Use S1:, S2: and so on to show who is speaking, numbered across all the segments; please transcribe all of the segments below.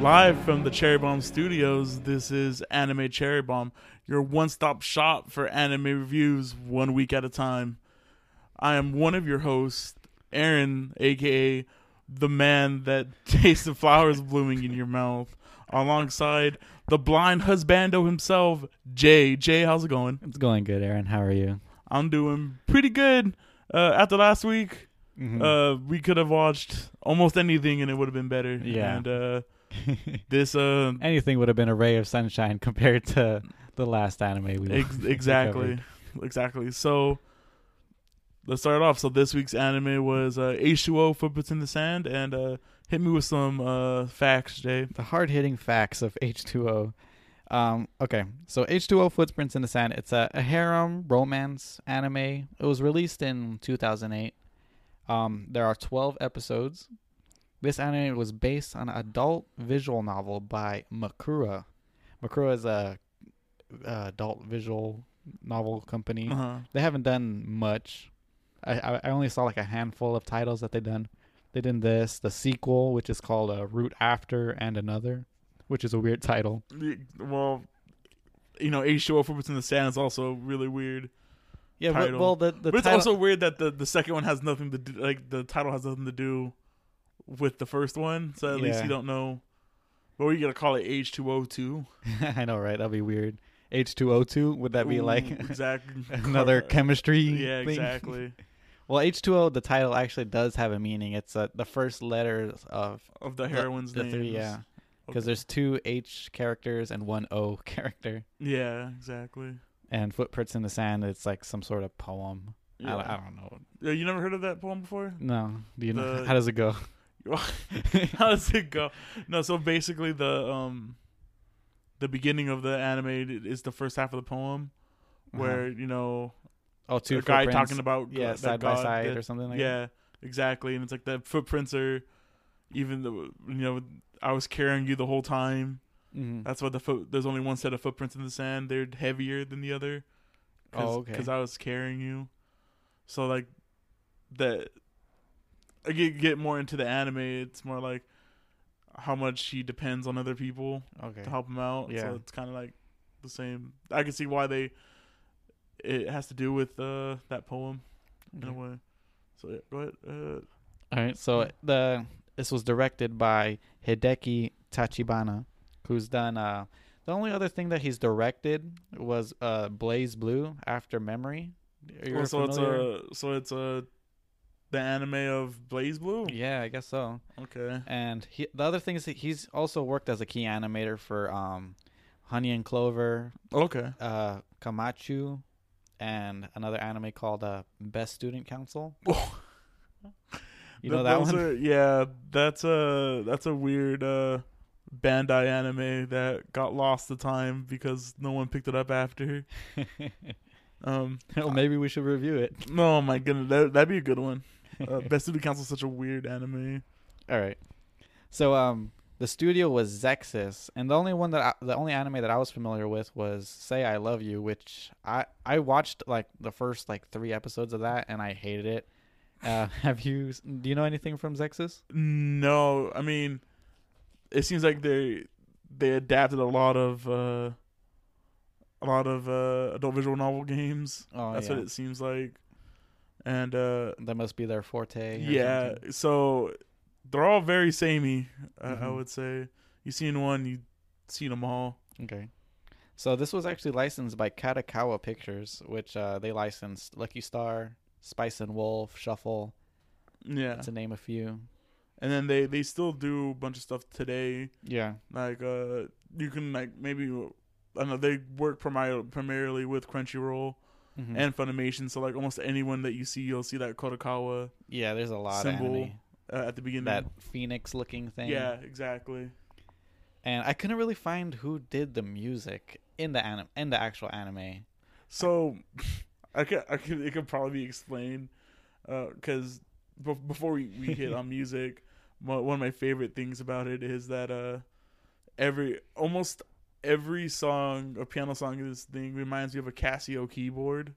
S1: Live from the Cherry Bomb Studios, this is Anime Cherry Bomb, your one stop shop for anime reviews one week at a time. I am one of your hosts, Aaron, aka the man that tastes the flowers blooming in your mouth, alongside the blind husbando himself, Jay. Jay, how's it going?
S2: It's going good, Aaron. How are you?
S1: I'm doing pretty good. Uh, after last week,
S2: Mm-hmm. Hmm.
S1: uh, we could have watched almost anything and it would have been better.
S2: Yeah.
S1: And uh, this uh,
S2: Anything would have been a ray of sunshine compared to the last anime we
S1: Ex- exactly, exactly. So let's start off. So this week's anime was uh, H2O Footprints in the Sand, and uh, hit me with some uh, facts, Jay.
S2: The hard hitting facts of H2O. Um, okay, so H2O Footprints in the Sand. It's a, a harem romance anime. It was released in 2008. Um, there are 12 episodes. This anime was based on an adult visual novel by Makura. Makura is a, a adult visual novel company.
S1: Uh-huh.
S2: they haven't done much. I, I I only saw like a handful of titles that they done. They did this, the sequel, which is called uh, Root After and Another, which is a weird title.
S1: Well, you know, H2O Footprints in the Sand is also really weird.
S2: Yeah,
S1: but- Title. well,
S2: well, the the
S1: but it's also weird that the, the second one has nothing to do, like, the title has nothing to do with the first one. So at least
S2: Yeah.
S1: you don't know. What were you going to call it? H2O2?
S2: I know, right? That'd be weird. H two O two. Would that be
S1: Ooh,
S2: like
S1: exactly.
S2: another chemistry?
S1: Yeah,
S2: thing?
S1: exactly.
S2: Well, H two O. The title actually does have a meaning. It's uh, the first letters of
S1: Of the
S2: the-
S1: heroine's
S2: the
S1: name.
S2: three. Yeah, because there's two H characters and one O character.
S1: Yeah, exactly.
S2: And Footprints in the Sand. It's like some sort of poem.
S1: Yeah.
S2: I, I don't know.
S1: Yeah, you never heard of that poem before?
S2: No. Do you know
S1: The-
S2: how does it go?
S1: How does it go? No, so basically the um the beginning of the anime is the first half of the poem where, you know,
S2: oh, Uh-huh. two
S1: a guy
S2: footprints,
S1: talking about
S2: yeah
S1: the
S2: side by
S1: god
S2: side
S1: that-
S2: or something like
S1: yeah, exactly. And it's like the footprints are even the you know, I was carrying you the whole time.
S2: that. hmm
S1: That's why the foot there's only one set of footprints in the sand. They're heavier than the other.
S2: Oh, okay.
S1: Because I was carrying you. So like that. I get get more into the anime. It's more like how much he depends on other people
S2: Okay.
S1: to help him out.
S2: Yeah.
S1: So it's kind of like the same. I can see why they. It has to do with uh, that poem in a
S2: Okay.
S1: way. So yeah, go ahead. Uh,
S2: All right. So the this was directed by Hideki Tachibana, who's done. Uh, the only other thing that he's directed was uh, Blaze Blue after Memory. Are you
S1: well, so it's
S2: familiar?
S1: a so it's a the anime of Blaze Blue.
S2: yeah, I guess so.
S1: Okay.
S2: And he, the other thing is that he's also worked as a key animator for um, Honey and Clover,
S1: Okay.
S2: uh, Kamachu and another anime called uh, Best Student Council. You know
S1: Th-
S2: that
S1: those
S2: one?
S1: are- yeah, that's a that's a weird uh, Bandai anime that got lost to time because no one picked it up after. Um,
S2: well, maybe we should review it.
S1: no, my goodness, that, that'd be a good one. Uh, Best Student Council is such a weird anime.
S2: All right. So um, the studio was Zexis, and the only one that I, the only anime that I was familiar with was Say I Love You, which I I watched like the first like three episodes of that, and I hated it. Uh, have you? Do you know anything from Zexis?
S1: No, I mean, it seems like they they adapted a lot of uh, a lot of uh, adult visual novel games.
S2: Oh,
S1: that's
S2: yeah.
S1: what it seems like, and uh,
S2: That must be their forte. or
S1: yeah
S2: something.
S1: so they're all very samey I i
S2: Mhm.
S1: would say you seen one you seen them all
S2: Okay. So this was actually licensed by Katakawa Pictures, which uh, they licensed Lucky Star, Spice and Wolf, Shuffle,
S1: yeah
S2: to name a few.
S1: and then they they still do a bunch of stuff today
S2: Yeah.
S1: like uh you can like maybe i don't know they work primarily primarily with crunchyroll
S2: Mm-hmm.
S1: and funimation so like almost anyone that you see you'll see that kodakawa
S2: yeah, there's a lot of
S1: Symbol
S2: anime.
S1: uh, at the beginning
S2: That phoenix looking thing.
S1: yeah exactly
S2: And I couldn't really find who did the music in the anim- in the actual anime.
S1: So, I could, I could, it could probably be explained, because before we, we hit on music, mo- one of my favorite things about it is that uh, every almost every song or piano song in this thing reminds me of a Casio keyboard.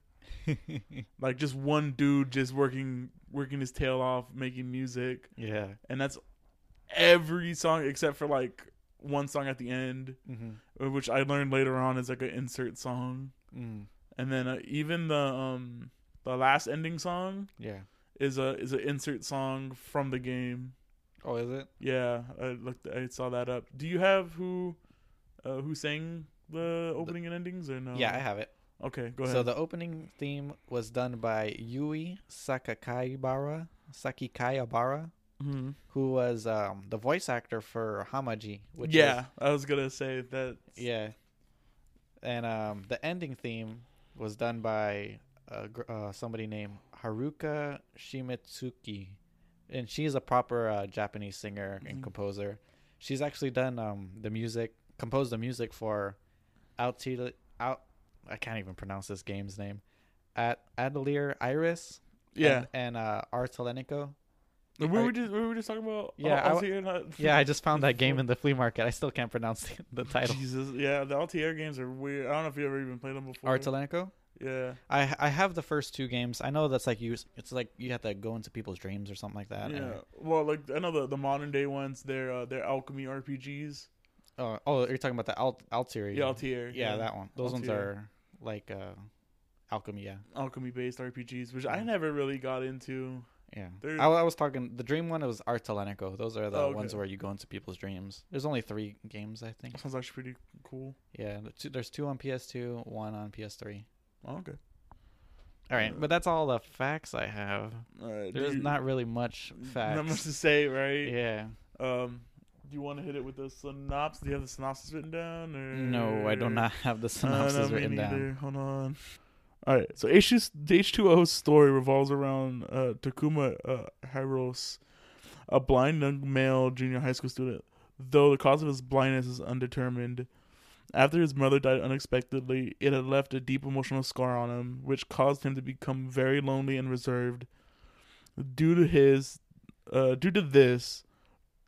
S1: Like just one dude just working working his tail off making music,
S2: yeah.
S1: and that's every song except for like one song at the end,
S2: Mm-hmm.
S1: uh, which I learned later on is like an insert song.
S2: Mm.
S1: And then uh, even the um the last ending song
S2: Yeah.
S1: is a is an insert song from the game.
S2: Oh, is it?
S1: Yeah, I looked. I saw that up. Do you have who, uh, who sang the opening and endings or no?
S2: Yeah, I have it.
S1: Okay, Oh. go ahead.
S2: So the opening theme was done by Yui Sakakaibara, Sakikayabara,
S1: Mhm.
S2: who was um, the voice actor for Hamaji, which
S1: yeah, I was gonna say that.
S2: is, yeah. And um, the ending theme was done by uh, gr- uh, somebody named Haruka Shimitsuki, and she's a proper uh, Japanese singer and
S1: Mhm.
S2: composer. She's actually done um, the music, composed the music for Outil out. I can't even pronounce this game's name. At Adelier Iris,
S1: yeah.
S2: and, and uh, Artelenico.
S1: we were
S2: I-
S1: just we were just talking about.
S2: Yeah, I
S1: Al-
S2: w-
S1: Altair not-
S2: Yeah, I just found that game in the flea market. I still can't pronounce the, the title.
S1: Jesus, yeah, the Altair games are weird. I don't know if you ever even played them before.
S2: Artelenico.
S1: yeah,
S2: I I have the first two games. I know that's like you. It's like you have to go into people's dreams or something like that. and-
S1: yeah. Well, like I know the, the modern day ones, they're uh, they're alchemy RPGs.
S2: oh, oh, you're talking about the Alt Altier.
S1: Yeah, Altair.
S2: yeah, that one. Those ones
S1: Altair.
S2: are like uh, alchemy. Yeah,
S1: alchemy based RPGs, which I
S2: Mhm.
S1: never really got into.
S2: yeah.
S1: They're-
S2: I, I was talking the dream one. It was Artelenico. Those are the
S1: Oh, okay.
S2: ones where you go into people's dreams. There's only three games, I think.
S1: Sounds actually pretty cool.
S2: Yeah, the two- there's two on PS2, one on PS3.
S1: Oh, okay.
S2: All right,
S1: Uh,
S2: but that's all the facts I have.
S1: All right, do
S2: There's
S1: you-
S2: not really much facts.
S1: Not much to say, right?
S2: yeah.
S1: Um, do you want to hit it with the synopsis? Do you have the synopsis written down? Or...
S2: Mm. No, I do not have the
S1: Uh, no,
S2: synopsis
S1: me
S2: written down.
S1: neither. Hold on. All right. So H2- H2O's story revolves around uh, Takuma uh, Hyros, a blind young male junior high school student, though the cause of his blindness is undetermined. After his mother died unexpectedly, it had left a deep emotional scar on him, which caused him to become very lonely and reserved. Due to his, uh, due to this,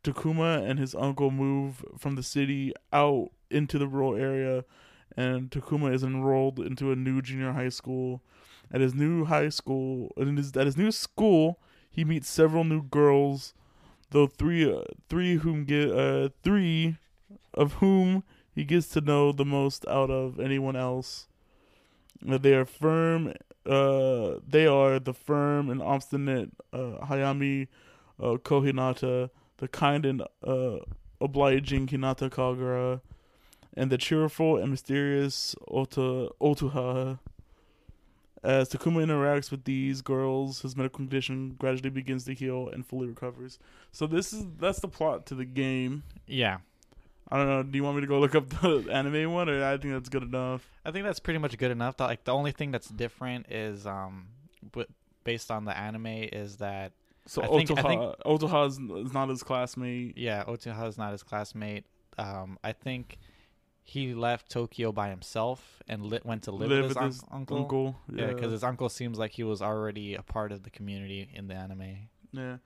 S1: Takuma and his uncle move from the city out into the rural area, and Takuma is enrolled into a new junior high school. At his new high school, at his, at his new school, he meets several new girls, though three uh, three whom get uh, three of whom he gets to know the most out of anyone else. Uh, They are firm. Uh, they are the firm and obstinate uh, Hayami uh, Kohinata, the kind and uh, obliging Hinata Kagura, and the cheerful and mysterious Ota Otuha. As Takuma interacts with these girls, his medical condition gradually begins to heal and fully recovers. So this is that's the plot to the game.
S2: Yeah.
S1: I don't know. Do you want me to go look up the anime one, or I think that's good enough?
S2: I think that's pretty much good enough. The- Like the only thing that's different is um, but based on the anime is that
S1: So
S2: I think- I
S1: Otoha, Otoha is, is not his classmate.
S2: yeah, Otoha is not his classmate. Um, I think he left Tokyo by himself and lit, went to live, with his, un- uncle.
S1: uncle.
S2: Yeah, because his uncle seems like he was already a part of the community in the anime.
S1: Yeah.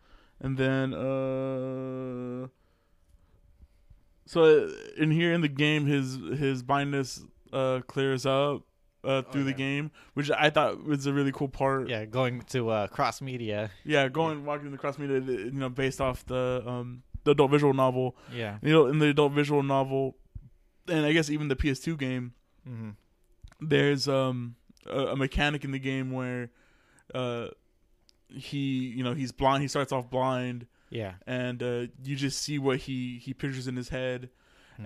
S1: And then uh so in here in the game his his blindness uh clears up uh through the
S2: Oh, yeah.
S1: game, which I thought was a really cool part.
S2: Yeah, going to uh, cross media.
S1: Yeah, going walking across media you know based off the um the adult visual novel.
S2: Yeah.
S1: You know, in the adult visual novel and I guess even the PS2 game
S2: Mm-hmm.
S1: there's um a, a mechanic in the game where uh he you know he's blind he starts off blind
S2: Yeah.
S1: and uh, you just see what he he pictures in his head.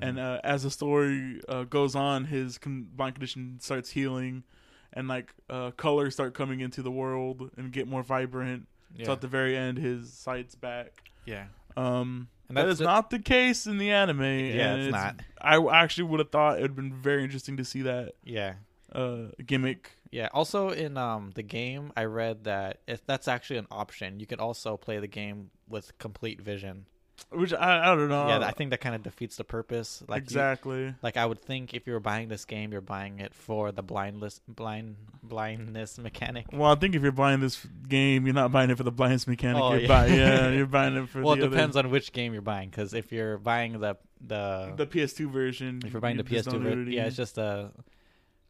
S1: And
S2: Mhm.
S1: uh, as the story uh, goes on, his con- blind condition starts healing, and like uh, colors start coming into the world and get more vibrant.
S2: yeah.
S1: So at the very end, his sight's back.
S2: yeah.
S1: Um,
S2: And
S1: that
S2: that's
S1: is
S2: the-
S1: not the case in the anime.
S2: Yeah,
S1: and
S2: it's not.
S1: I actually would have thought it would have been very interesting to see that
S2: Yeah.
S1: uh, gimmick.
S2: Yeah. Also, in um the game, I read that if that's actually an option, you could also play the game with complete vision.
S1: Which I, I don't know.
S2: yeah, I think that kind of defeats the purpose. Like you-
S1: exactly.
S2: like I would think if you were buying this game, you're buying it for the blindless blind blindness mechanic.
S1: Well, I think if you're buying this game, you're not buying it for the blindness mechanic.
S2: Oh,
S1: you're
S2: yeah.
S1: yeah. Buying, yeah, you're buying it for
S2: well, it
S1: the other-
S2: depends on which game you're buying, because if you're buying the the,
S1: the PS2 version.
S2: if you're buying the
S1: there's
S2: PS2,
S1: no
S2: version,
S1: nudity.
S2: uh, yeah, it's just a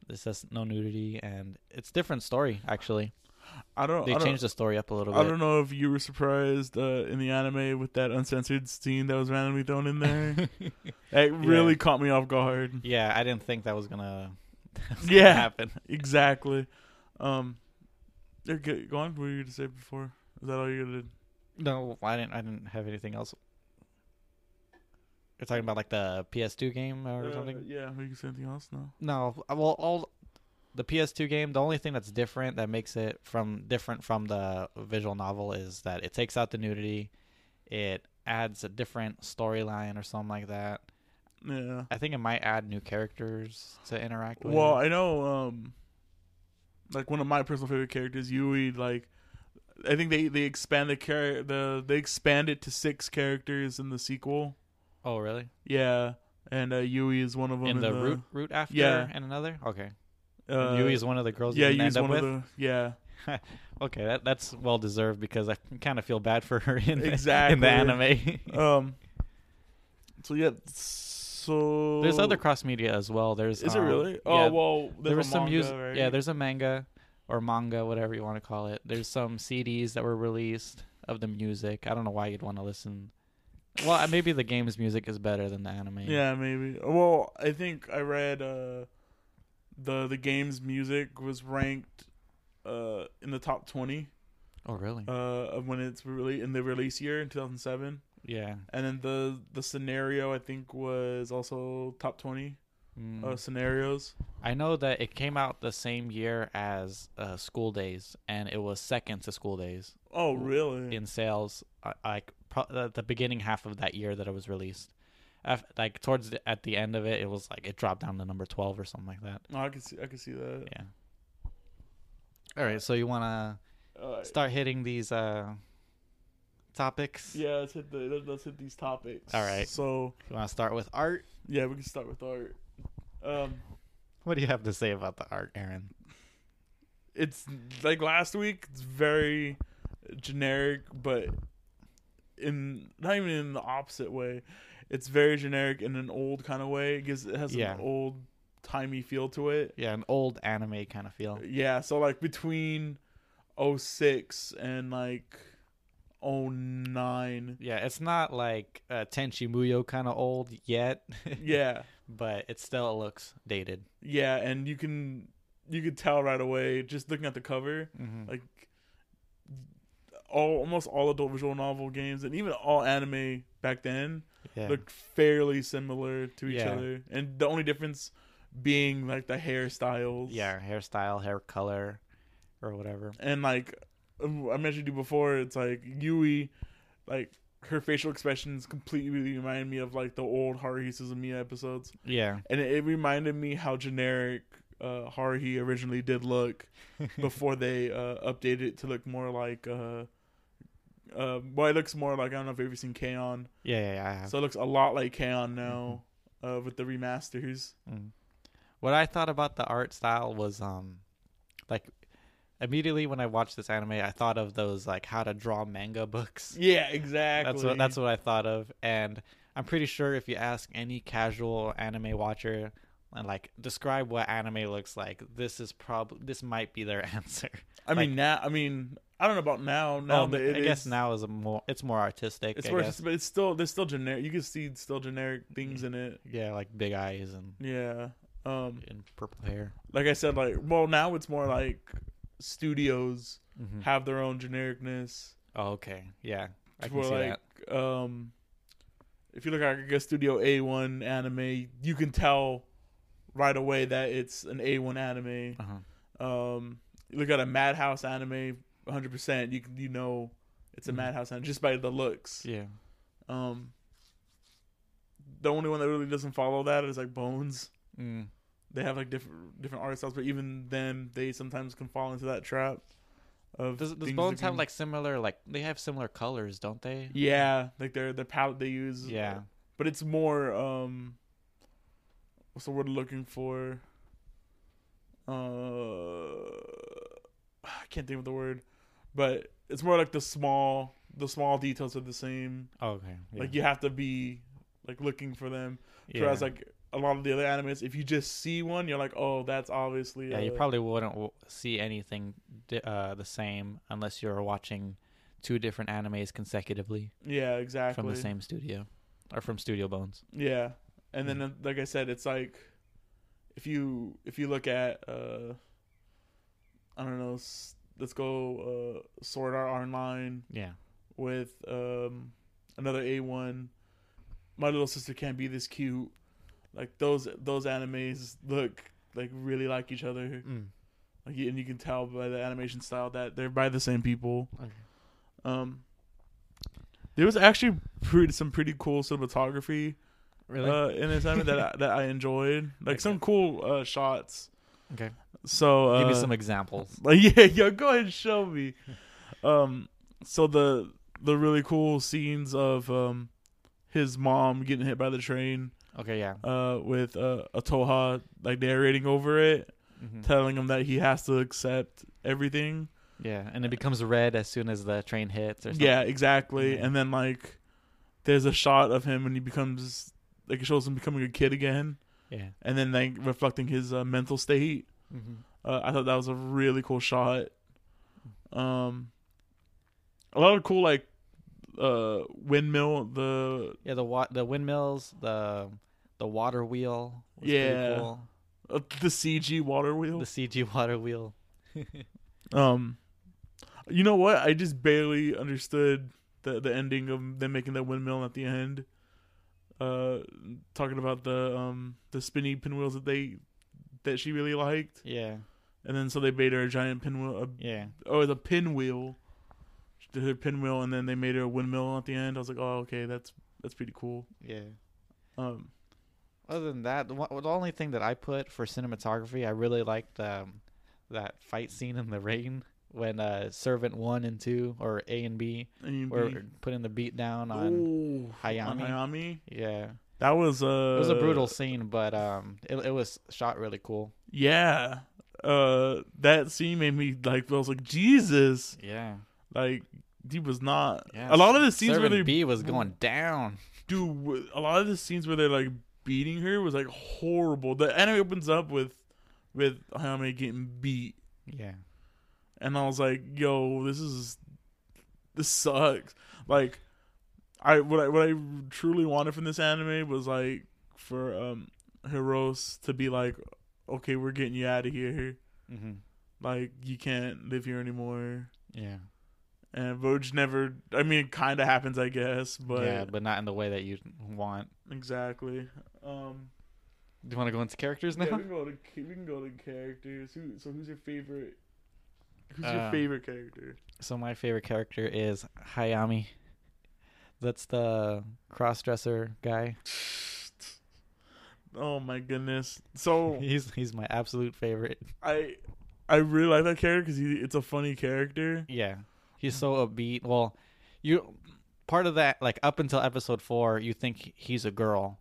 S2: it's just no nudity and it's different story actually.
S1: I don't.
S2: They
S1: I don't,
S2: changed the story up a little bit.
S1: I don't know if you were surprised uh, in the anime with that uncensored scene that was randomly thrown in there. it really caught me off guard.
S2: Yeah, I didn't think that was gonna, that was
S1: Yeah.
S2: gonna happen.
S1: Exactly. Um, they're good. Go on. What were you going to say before? Is that all you did?
S2: No, I didn't. I didn't have anything else. You're talking about like the PS2 game or something?
S1: Uh, Yeah. We can say anything else now.
S2: No, well, all the PS2 game. The only thing that's different that makes it from different from the visual novel is that it takes out the nudity. It adds a different storyline or something like that.
S1: Yeah.
S2: I think it might add new characters to interact with.
S1: Well, I know. Um, like one of my personal favorite characters, Yui. Like, I think they they expand the char- the they expand it to six characters in the sequel.
S2: oh, really?
S1: Yeah, and uh, Yui is one of them.
S2: In the, root
S1: root,
S2: root after
S1: Yeah.
S2: and another. Okay.
S1: uh,
S2: Yui is one of the girls.
S1: yeah,
S2: you
S1: Yui's
S2: end
S1: one
S2: up with.
S1: of the yeah.
S2: Okay, that, that's well deserved because I kind of feel bad for her in the, in
S1: Exactly.
S2: the anime.
S1: Um. So yeah. So
S2: there's other cross media as well. There's
S1: Is
S2: um,
S1: it really?
S2: yeah,
S1: Oh well,
S2: there was
S1: a
S2: some
S1: manga,
S2: use.
S1: right?
S2: Yeah, there's a manga or manga, whatever you want to call it. There's some CDs that were released of the music. I don't know why you'd want to listen. Well, uh, maybe the game's music is better than the anime.
S1: Yeah, maybe. Well, I think I read uh, the the game's music was ranked uh, in the top twenty
S2: Oh, really?
S1: uh, of when it's really in the release year in two thousand seven,
S2: yeah.
S1: and then the the scenario I think was also top twenty
S2: Mm.
S1: uh, scenarios.
S2: I know that it came out the same year as uh, School Days, and it was second to School Days.
S1: Oh, really?
S2: in sales uh, like pro- the, the beginning half of that year that it was released Af like towards the, at the end of it it was like it dropped down to number 12 or something like that
S1: Oh, I could see. I could see that.
S2: yeah all right so you want
S1: Uh,
S2: to start hitting these uh topics
S1: yeah, let's hit the let's hit these topics.
S2: All right.
S1: So
S2: you want to start with art
S1: yeah, we can start with art. Um,
S2: what do you have to say about the art aaron
S1: it's like last week it's very generic but in not even in the opposite way it's very generic in an old kind of way it gives it has
S2: Yeah.
S1: an old timey feel to it
S2: yeah an old anime kind of feel
S1: yeah so like between 06 and like 09
S2: yeah it's not like uh, tenchi muyo kind of old yet
S1: yeah
S2: but it still looks dated
S1: yeah and you can you could tell right away just looking at the cover
S2: mm-hmm.
S1: like all almost all adult visual novel games and even all anime back then
S2: yeah
S1: looked fairly similar to each
S2: Yeah.
S1: other, and the only difference being like the hairstyles.
S2: yeah hairstyle hair color or whatever
S1: and like um, I mentioned you before, it's like Yui, like her facial expressions completely remind me of like the old Haruhi Suzumiya episodes,
S2: Yeah.
S1: and it, it reminded me how generic uh, Haruhi originally did look before they uh, updated it to look more like. Uh, uh, well, it looks more like I don't know if you've ever seen K-On!
S2: Yeah, yeah, yeah, I have.
S1: So it looks a lot like K-On! now
S2: Mm-hmm.
S1: uh, with the remasters.
S2: Mm. What I thought about the art style was um like immediately when I watched this anime, I thought of those like how to draw manga books.
S1: Yeah, exactly.
S2: That's what that's what I thought of and I'm pretty sure if you ask any casual anime watcher and like describe what anime looks like, this is probably this might be their answer.
S1: I mean. Now, I mean, I don't know about now. Now
S2: Um,
S1: that it
S2: I guess
S1: is-
S2: now is a more it's more artistic.
S1: it's
S2: I
S1: worse,
S2: guess. Mm.
S1: but it's still there's still generic. You can see still generic things in it.
S2: Yeah, like big eyes and,
S1: Yeah. Um.
S2: and purple hair.
S1: Like I said, like well, now it's more like studios
S2: Mm-hmm.
S1: have their own genericness.
S2: Oh, okay. Yeah. I can
S1: where,
S2: see
S1: like, Um. If you look at I guess Studio A One anime, you can tell right away that it's an A One anime.
S2: that. Uh-huh.
S1: Um, you look at a Madhouse anime, 100. percent You can you know it's a
S2: Mhm.
S1: Madhouse anime just by the looks.
S2: Yeah.
S1: Um, the only one that really doesn't follow that is like Bones.
S2: Mm.
S1: They have like different different art styles, but even then, they sometimes can fall into that trap. Of
S2: Does, does
S1: things
S2: Bones
S1: looking-
S2: have like similar like they have similar colors, don't they?
S1: yeah, like their the palette they use.
S2: Yeah.
S1: but it's more um. What's the word I'm looking for? Uh, I can't think of the word, but it's more like the small the small details are the same.
S2: Oh, okay. Yeah.
S1: Like you have to be like looking for them.
S2: yeah.
S1: Whereas like a lot of the other animes, if you just see one, you're like, oh, that's obviously.
S2: Yeah, you
S1: uh,
S2: probably wouldn't w- see anything di- uh, the same unless you're watching two different animes consecutively
S1: Yeah, exactly.
S2: from the same studio or from Studio Bones.
S1: Yeah, and then uh, like I said, it's like if you if you look at uh I don't know, s- let's go uh Sword Art Online
S2: Yeah.
S1: with um another A one. My little sister can't be this cute. Like those those animes look like really like each
S2: Mm.
S1: other. Like and you can tell by the animation style that they're by the same people.
S2: Okay.
S1: Um there was actually pretty, some pretty cool cinematography
S2: Really?
S1: uh, in this anime that I, that I enjoyed, like
S2: Okay.
S1: some cool uh, shots.
S2: okay.
S1: So uh,
S2: Give me some examples.
S1: Like, yeah, yeah. Go ahead, and show me. Um, so the the really cool scenes of um his mom getting hit by the train
S2: Okay. Yeah.
S1: uh with uh, a Toha like narrating over it,
S2: Mhm.
S1: telling him that he has to accept everything.
S2: Yeah, and it becomes red as soon as the train hits. Or something.
S1: Yeah, exactly.
S2: Yeah.
S1: And then like there's a shot of him when he becomes like it shows him becoming a kid again,
S2: Yeah.
S1: and then like reflecting his uh, mental state.
S2: Mm-hmm.
S1: Uh, I thought that was a really cool shot. Um, a lot of cool like uh windmill. The
S2: Yeah. The wa- the windmills, the the water wheel. Was pretty
S1: Yeah.
S2: Cool.
S1: uh, the CG water wheel.
S2: The CG water wheel.
S1: Um, you know what? I just barely understood the the ending of them making that windmill at the end. Uh, talking about the um the spinny pinwheels that they that she really liked,
S2: Yeah.
S1: and then so they made her a giant pinwheel, a
S2: Yeah.
S1: or oh, the pinwheel. She did her pinwheel, and then they made her a windmill at the end. I was like, oh, okay, that's that's pretty cool.
S2: Yeah.
S1: Um,
S2: other than that, the, one, the only thing that I put for cinematography, I really liked um, that fight scene in the rain when uh, Servant One and Two or A and B
S1: and
S2: were
S1: you
S2: putting the beat down
S1: be-
S2: on.
S1: Ooh, on
S2: Hayami.
S1: Hayami.
S2: Yeah,
S1: That was uh,
S2: it was a brutal scene, but um, it it was shot really cool.
S1: Yeah, uh, that scene made me like I was like Jesus,
S2: Yeah,
S1: like he was not.
S2: yeah.
S1: a lot of the scenes where
S2: Servant
S1: they
S2: B was going down.
S1: do a lot of the scenes where they're like beating her was like horrible. The anime opens up with with Hayami getting beat.
S2: Yeah,
S1: and I was like, "Yo, this is this sucks." Like, I what I what I truly wanted from this anime was like for um Heroes to be like, "Okay, we're getting you out of here.
S2: mm-hmm.
S1: Like, you can't live here anymore."
S2: yeah,
S1: And Vogue never. I mean, it kind of happens, I guess, but
S2: yeah, but not in the way that you want.
S1: exactly. Um,
S2: Do you want to go into characters
S1: yeah,
S2: now?
S1: we can go to we can go to characters. Who so who's your favorite? Who's your
S2: Um,
S1: favorite character?
S2: So my favorite character is Hayami. That's the cross-dresser guy.
S1: Oh my goodness! So
S2: He's he's my absolute favorite.
S1: I I really like that character because it's a funny character.
S2: Yeah. He's so upbeat. Well, you part of that like up until episode 4, you think he's a girl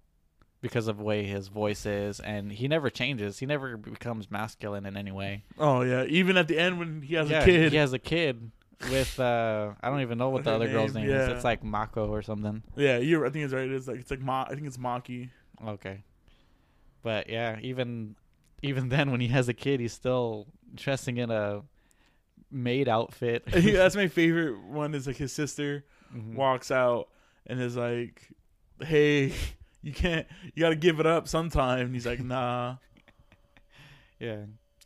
S2: because of the way his voice is and he never changes. He never becomes masculine in any way.
S1: Oh yeah, even at the end when he has
S2: yeah,
S1: a kid.
S2: He has a kid with uh I don't even know what the
S1: Her
S2: other girl's
S1: name,
S2: name is.
S1: yeah.
S2: It's like Mako or something.
S1: Yeah, you're. I think it's right. It's like it's like Ma, I think it's Maki.
S2: Okay. But yeah, even even then when he has a kid, he's still dressing in a maid outfit.
S1: That's my favorite one. Is like his sister
S2: Mhm.
S1: walks out and is like, "Hey, you can't. You got to give it up sometime." And he's like, "Nah."
S2: Yeah.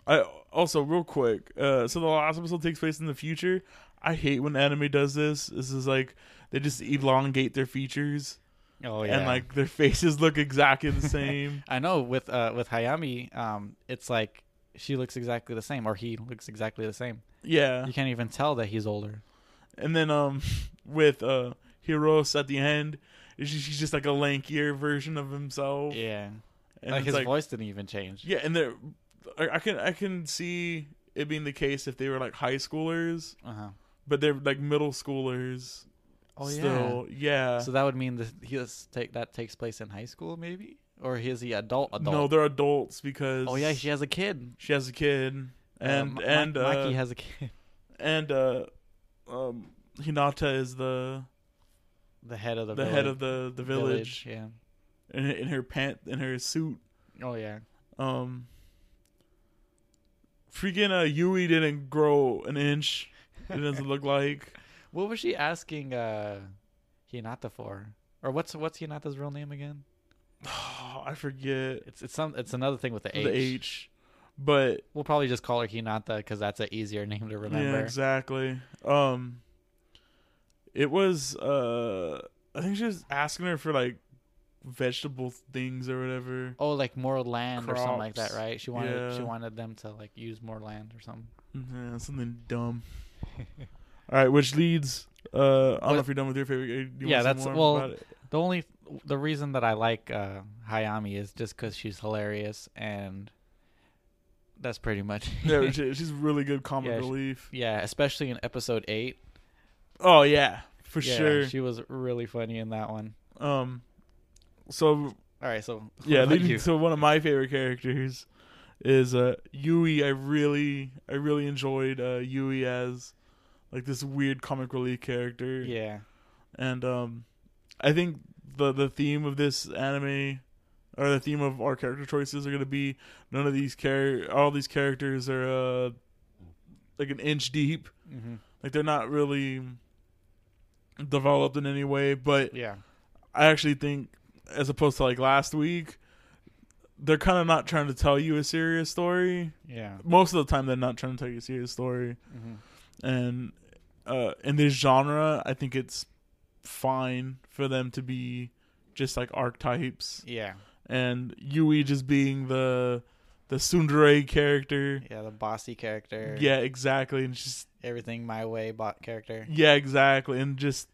S1: I also real quick. Uh, so the last episode takes place in the future. I hate when anime does this. This is like they just elongate their features
S2: Oh yeah.
S1: and like their faces look exactly the same.
S2: I know with uh with Hayami, um, it's like she looks exactly the same, or he looks exactly the same.
S1: yeah,
S2: You can't even tell that he's older.
S1: and then um with uh Hiros at the end, it's just- she's just like a lankier version of himself.
S2: Yeah,
S1: and
S2: like
S1: it's
S2: his voice didn't even change.
S1: Yeah, and they're I, I can I can see it being the case if they were like high schoolers,
S2: Uh huh.
S1: but they're like middle schoolers.
S2: Oh
S1: still. yeah.
S2: yeah. So that would mean that he has take that takes place in high school, maybe, or is he adult? Adult.
S1: No, they're adults because
S2: oh yeah, she has a kid.
S1: she has a kid, and
S2: uh, Mi-
S1: and
S2: Mi-
S1: uh,
S2: Mikey has a kid.
S1: and uh, um, Hinata is the
S2: The head of the
S1: the head of the the village.
S2: Yeah.
S1: in, in her pant in her suit.
S2: Oh yeah.
S1: Um, freaking uh, Yui didn't grow an inch. It doesn't look like
S2: What was she asking uh Hinata for? Or what's what's Hinata's real name again?
S1: I forget
S2: It's it's some it's another thing with the H.
S1: the H, but
S2: We'll probably just call her Hinata because that's an easier name to remember.
S1: yeah, exactly. Um, it was uh, I think she was asking her for like vegetable things or whatever.
S2: Oh, like more land or something like that,
S1: Crops.
S2: right? She wanted she
S1: Yeah.
S2: wanted them to like use more land or something.
S1: Yeah, something dumb. All right, which leads. Uh, I don't know
S2: What-
S1: if you're done with your favorite. You want
S2: Yeah,
S1: some
S2: that's-
S1: more
S2: well,
S1: about it?
S2: The only the reason that I like uh, Hayami is just because she's hilarious and that's pretty much.
S1: yeah, she, she's really good comic
S2: Yeah, she-
S1: relief.
S2: yeah, especially in episode eight.
S1: oh yeah, for
S2: Yeah,
S1: sure.
S2: she was really funny in that one.
S1: um, so
S2: All right, so what
S1: yeah,
S2: about
S1: leading
S2: you?
S1: to one of my favorite characters is uh Yui. I really, I really enjoyed uh Yui as like this weird comic relief character.
S2: yeah,
S1: and um, I think the the theme of this anime, or the theme of our character choices, are gonna be none of these char- all these characters are uh, like an inch deep.
S2: hmm
S1: Like they're not really developed in any way. But
S2: yeah,
S1: I actually think, as opposed to like last week, they're kind of not trying to tell you a serious story.
S2: yeah,
S1: Most of the time, they're not trying to tell you a serious story,
S2: hmm
S1: and uh, in this genre, I think it's fine for them to be just like archetypes,
S2: yeah,
S1: and Yui just being the the tsundere character.
S2: yeah. The bossy character.
S1: Yeah, exactly, and just
S2: everything my way bot character.
S1: yeah, exactly, and just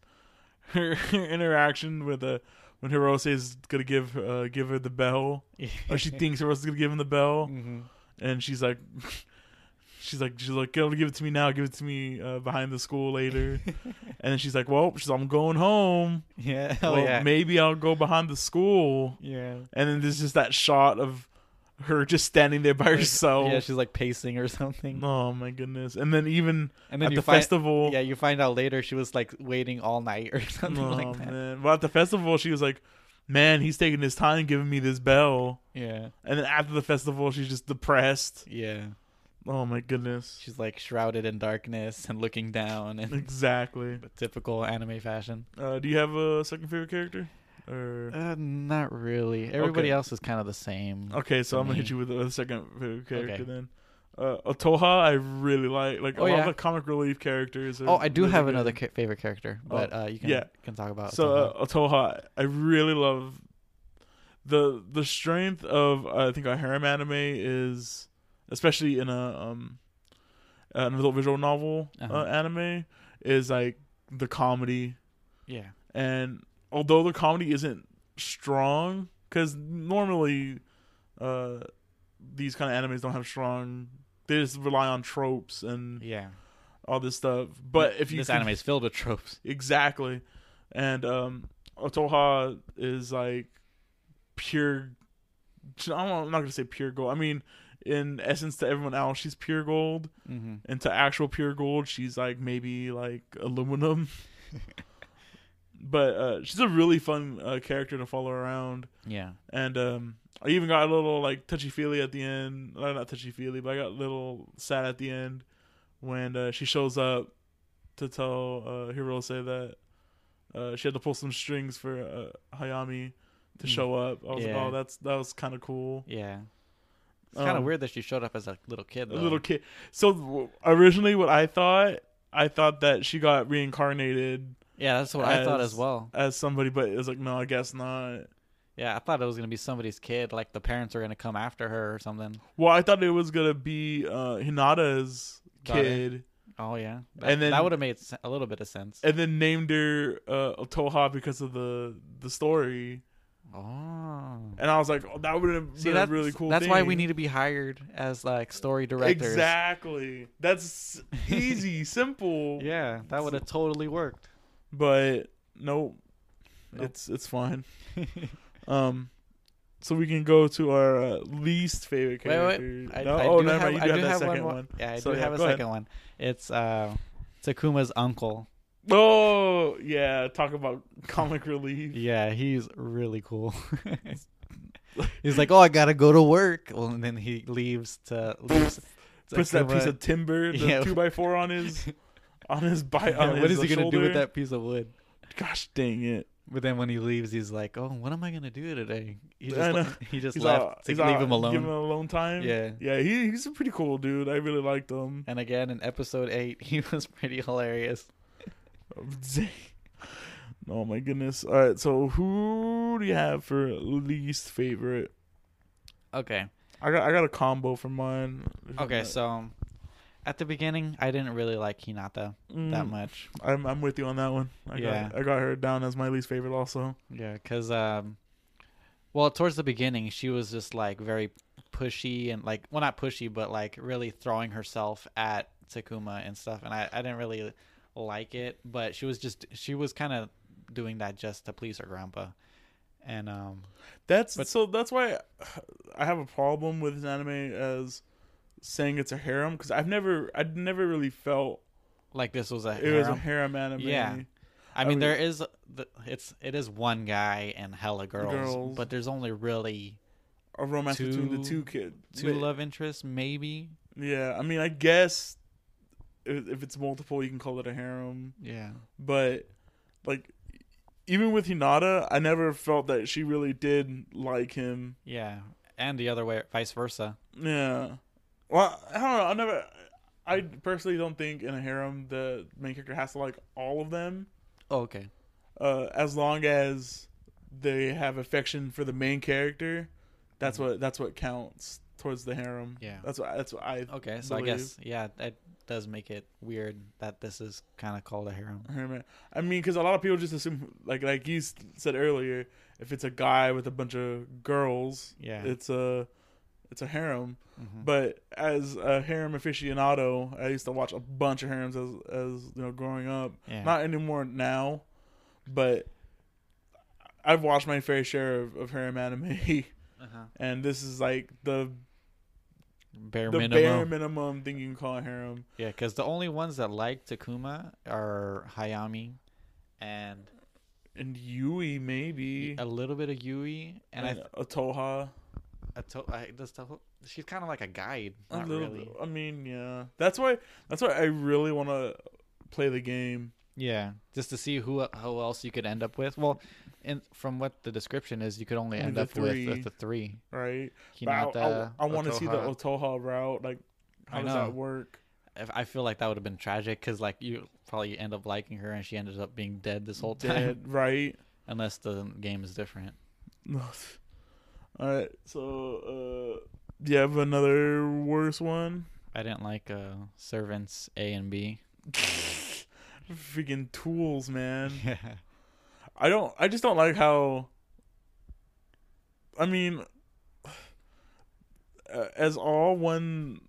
S1: her, her interaction with uh when Hirose is gonna give uh, give her the bell, or Oh, she thinks Hirose is gonna give him the bell,
S2: hmm
S1: and she's like. She's like, she's like, "Go, give it to me now. Give it to me uh, behind the school later. and then she's like, well, she's, I'm going home.
S2: Yeah. Oh
S1: well,
S2: yeah.
S1: maybe I'll go behind the school.
S2: yeah.
S1: And then there's just that shot of her just standing there by herself.
S2: yeah, she's like pacing or something.
S1: oh my goodness. And then even
S2: And then
S1: at
S2: you
S1: the
S2: find,
S1: festival,
S2: Yeah, you find out later she was like waiting all night or
S1: oh
S2: something like that.
S1: man. Well, at the festival, she was like, man, he's taking his time giving me this bell.
S2: Yeah.
S1: And then after the festival, she's just depressed.
S2: Yeah.
S1: Oh my goodness.
S2: She's like shrouded in darkness and looking down in
S1: Exactly.
S2: typical anime fashion.
S1: Uh, do you have a second favorite character? Or
S2: Uh, not really. Everybody
S1: Okay.
S2: else is kind of the same.
S1: okay, so
S2: for
S1: I'm gonna hit
S2: me.
S1: you with a second favorite character
S2: Uh, Okay.
S1: then. Uh, Otoha, I really like. Like
S2: Oh,
S1: a lot
S2: yeah.
S1: of the comic relief characters. Are
S2: Oh, I do
S1: really
S2: have
S1: good. Oh,
S2: another ca- favorite character, but uh, you can
S1: yeah.
S2: can talk about.
S1: So
S2: Otoha.
S1: uh, Otoha, I really love the the strength of uh, I think a harem anime is especially in a um an adult visual novel uh
S2: Uh-huh.
S1: anime is like the comedy
S2: yeah,
S1: and although the comedy isn't strong because normally uh these kind of animes don't have strong they just rely on tropes and
S2: yeah.
S1: all this stuff but if you
S2: this
S1: can-
S2: anime is filled with tropes.
S1: Exactly. And um Otoha is like pure I'm not I'm not gonna say pure gold. I mean, in essence to everyone else, she's pure gold.
S2: Mm-hmm.
S1: And to actual pure gold, she's like maybe like aluminum. but uh she's a really fun uh, character to follow around.
S2: Yeah,
S1: And um I even got a little like touchy feely at the end. Well, not touchy feely, but I got a little sad at the end when uh, she shows up to tell uh, Hirose that uh, she had to pull some strings for uh, Hayami to
S2: Mm.
S1: show up. I was
S2: Yeah.
S1: like, oh, that's that was kind of cool.
S2: yeah. It's kind of
S1: Um,
S2: weird that she showed up as a little kid.
S1: A
S2: Though.
S1: little kid. So w- originally, what I thought, I thought that she got reincarnated
S2: Yeah, that's what I thought as
S1: as-
S2: well.
S1: as somebody, but it was like, no, I guess not.
S2: Yeah, I thought it was gonna be somebody's kid, like the parents are gonna come after her or something.
S1: Well, I thought it was gonna be uh, Hinata's
S2: Daughter.
S1: kid.
S2: Oh yeah, that,
S1: And then-
S2: that would have made se- a little bit of sense.
S1: and then named her uh, Otoha because of the the story.
S2: Oh,
S1: And I was like, oh, that would have
S2: see
S1: been
S2: that's
S1: a really cool.
S2: That's why we
S1: thing.
S2: need to be hired as like story directors.
S1: exactly. That's easy, simple.
S2: Yeah, that would have totally worked.
S1: But no,
S2: Nope.
S1: it's it's fine. um, so we can go to our uh, least favorite
S2: Wait, wait,
S1: character.
S2: I,
S1: no,
S2: I
S1: oh,
S2: do
S1: never
S2: have,
S1: mind.
S2: I
S1: You do
S2: do
S1: have that
S2: have
S1: second
S2: one.
S1: one.
S2: more- Yeah, I
S1: So,
S2: do
S1: yeah,
S2: have a
S1: go ahead.
S2: second one. It's uh, Takuma's uncle.
S1: Oh yeah, talk about comic relief.
S2: Yeah, he's really cool. he's like, oh, I gotta go to work. Well, and then he leaves to leaves. to
S1: Puts that
S2: Akuma.
S1: piece of timber, the
S2: Yeah.
S1: two by four on his on his bike.
S2: Yeah,
S1: on
S2: what
S1: his,
S2: is he
S1: uh,
S2: gonna do with
S1: shoulder.
S2: that piece of wood?
S1: Gosh dang it!
S2: But then when he leaves, he's like, "Oh, what am I gonna do today?" He
S1: I
S2: just
S1: know.
S2: le- he just
S1: He's
S2: left
S1: all-
S2: to
S1: he's
S2: leave
S1: all,
S2: him alone.
S1: Give him alone time.
S2: yeah.
S1: yeah. He, he's a pretty cool dude. I really liked him.
S2: And again, in episode eight, he was pretty hilarious.
S1: oh my goodness! All right, so who do you have for least favorite?
S2: Okay.
S1: I got I got a combo for mine.
S2: Okay. So, at the beginning, I didn't really like Hinata that
S1: Mm,
S2: much.
S1: I'm I'm with you on that one. I
S2: Yeah.
S1: got I got her down as my least favorite also.
S2: Yeah, because um, well, towards the beginning, she was just like very pushy and like, well, not pushy, but like really throwing herself at Takuma and stuff, and I I didn't really like it, but she was just she was kind of doing that just to please her grandpa, and um,
S1: That's
S2: But-
S1: so that's why I have a problem with this anime as saying it's a harem because I've never I'd never really felt
S2: like this was a
S1: it was a
S2: harem.
S1: harem anime.
S2: Yeah. I mean, there is the, it's it is one guy and hella girls,
S1: Girls.
S2: but there's only really
S1: A romance between the two
S2: Two-
S1: kids.
S2: two love interests, maybe.
S1: Yeah, I mean, I guess if, if it's multiple, you can call it a harem.
S2: Yeah.
S1: But like, even with Hinata, I never felt that she really did like him.
S2: Yeah, and the other way, vice versa.
S1: Yeah. Well, I don't know. I never. I personally don't think in a harem the main character has to like all of them.
S2: Oh, okay.
S1: Uh, as long as they have affection for the main character, that's what that's what counts towards the harem.
S2: Mm-hmm. Yeah.
S1: That's what that's what I
S2: Okay, so I
S1: believe.
S2: guess yeah, that does make it weird that this is kind of called a harem.
S1: Hermit. I mean, because a lot of people just assume, like like you s- said earlier, if it's a guy with a bunch of girls,
S2: Yeah.
S1: it's a it's a harem.
S2: Mhm.
S1: But as a harem aficionado, I used to watch a bunch of harems as as you know growing up.
S2: Yeah.
S1: Not anymore now, but I've watched my fair share of, of harem anime,
S2: uh-huh.
S1: and this is like the
S2: Bare
S1: the
S2: minimum.
S1: bare minimum thing you can call a harem.
S2: yeah, because the only ones that like Takuma are Hayami, and
S1: And Yui maybe,
S2: a little bit of Yui, and I,
S1: and a Toha.
S2: I, to, I this to, she's kind of like a guide,
S1: A
S2: not
S1: little
S2: really.
S1: bit. I mean, yeah. That's why. That's why I really want to play the game.
S2: Yeah, just to see who who else you could end up with. Well, and from what the description is, you could only
S1: Only
S2: end
S1: the
S2: up with,
S1: three.
S2: with the three.
S1: Right. But I-
S2: Hinata,
S1: I, want to see the
S2: Otoha,
S1: Otoha route. Like, how
S2: I
S1: does that
S2: know.
S1: work?
S2: if- I feel like that would have been tragic because like you probably end up liking her and she ended up being dead this whole time,
S1: Dead. right.
S2: unless the game is different.
S1: All right. So, uh, do you have another worse one?
S2: I didn't like uh, servants A and B.
S1: Freaking tools, man.
S2: Yeah,
S1: I don't. I just don't like how. I mean, uh, as all one,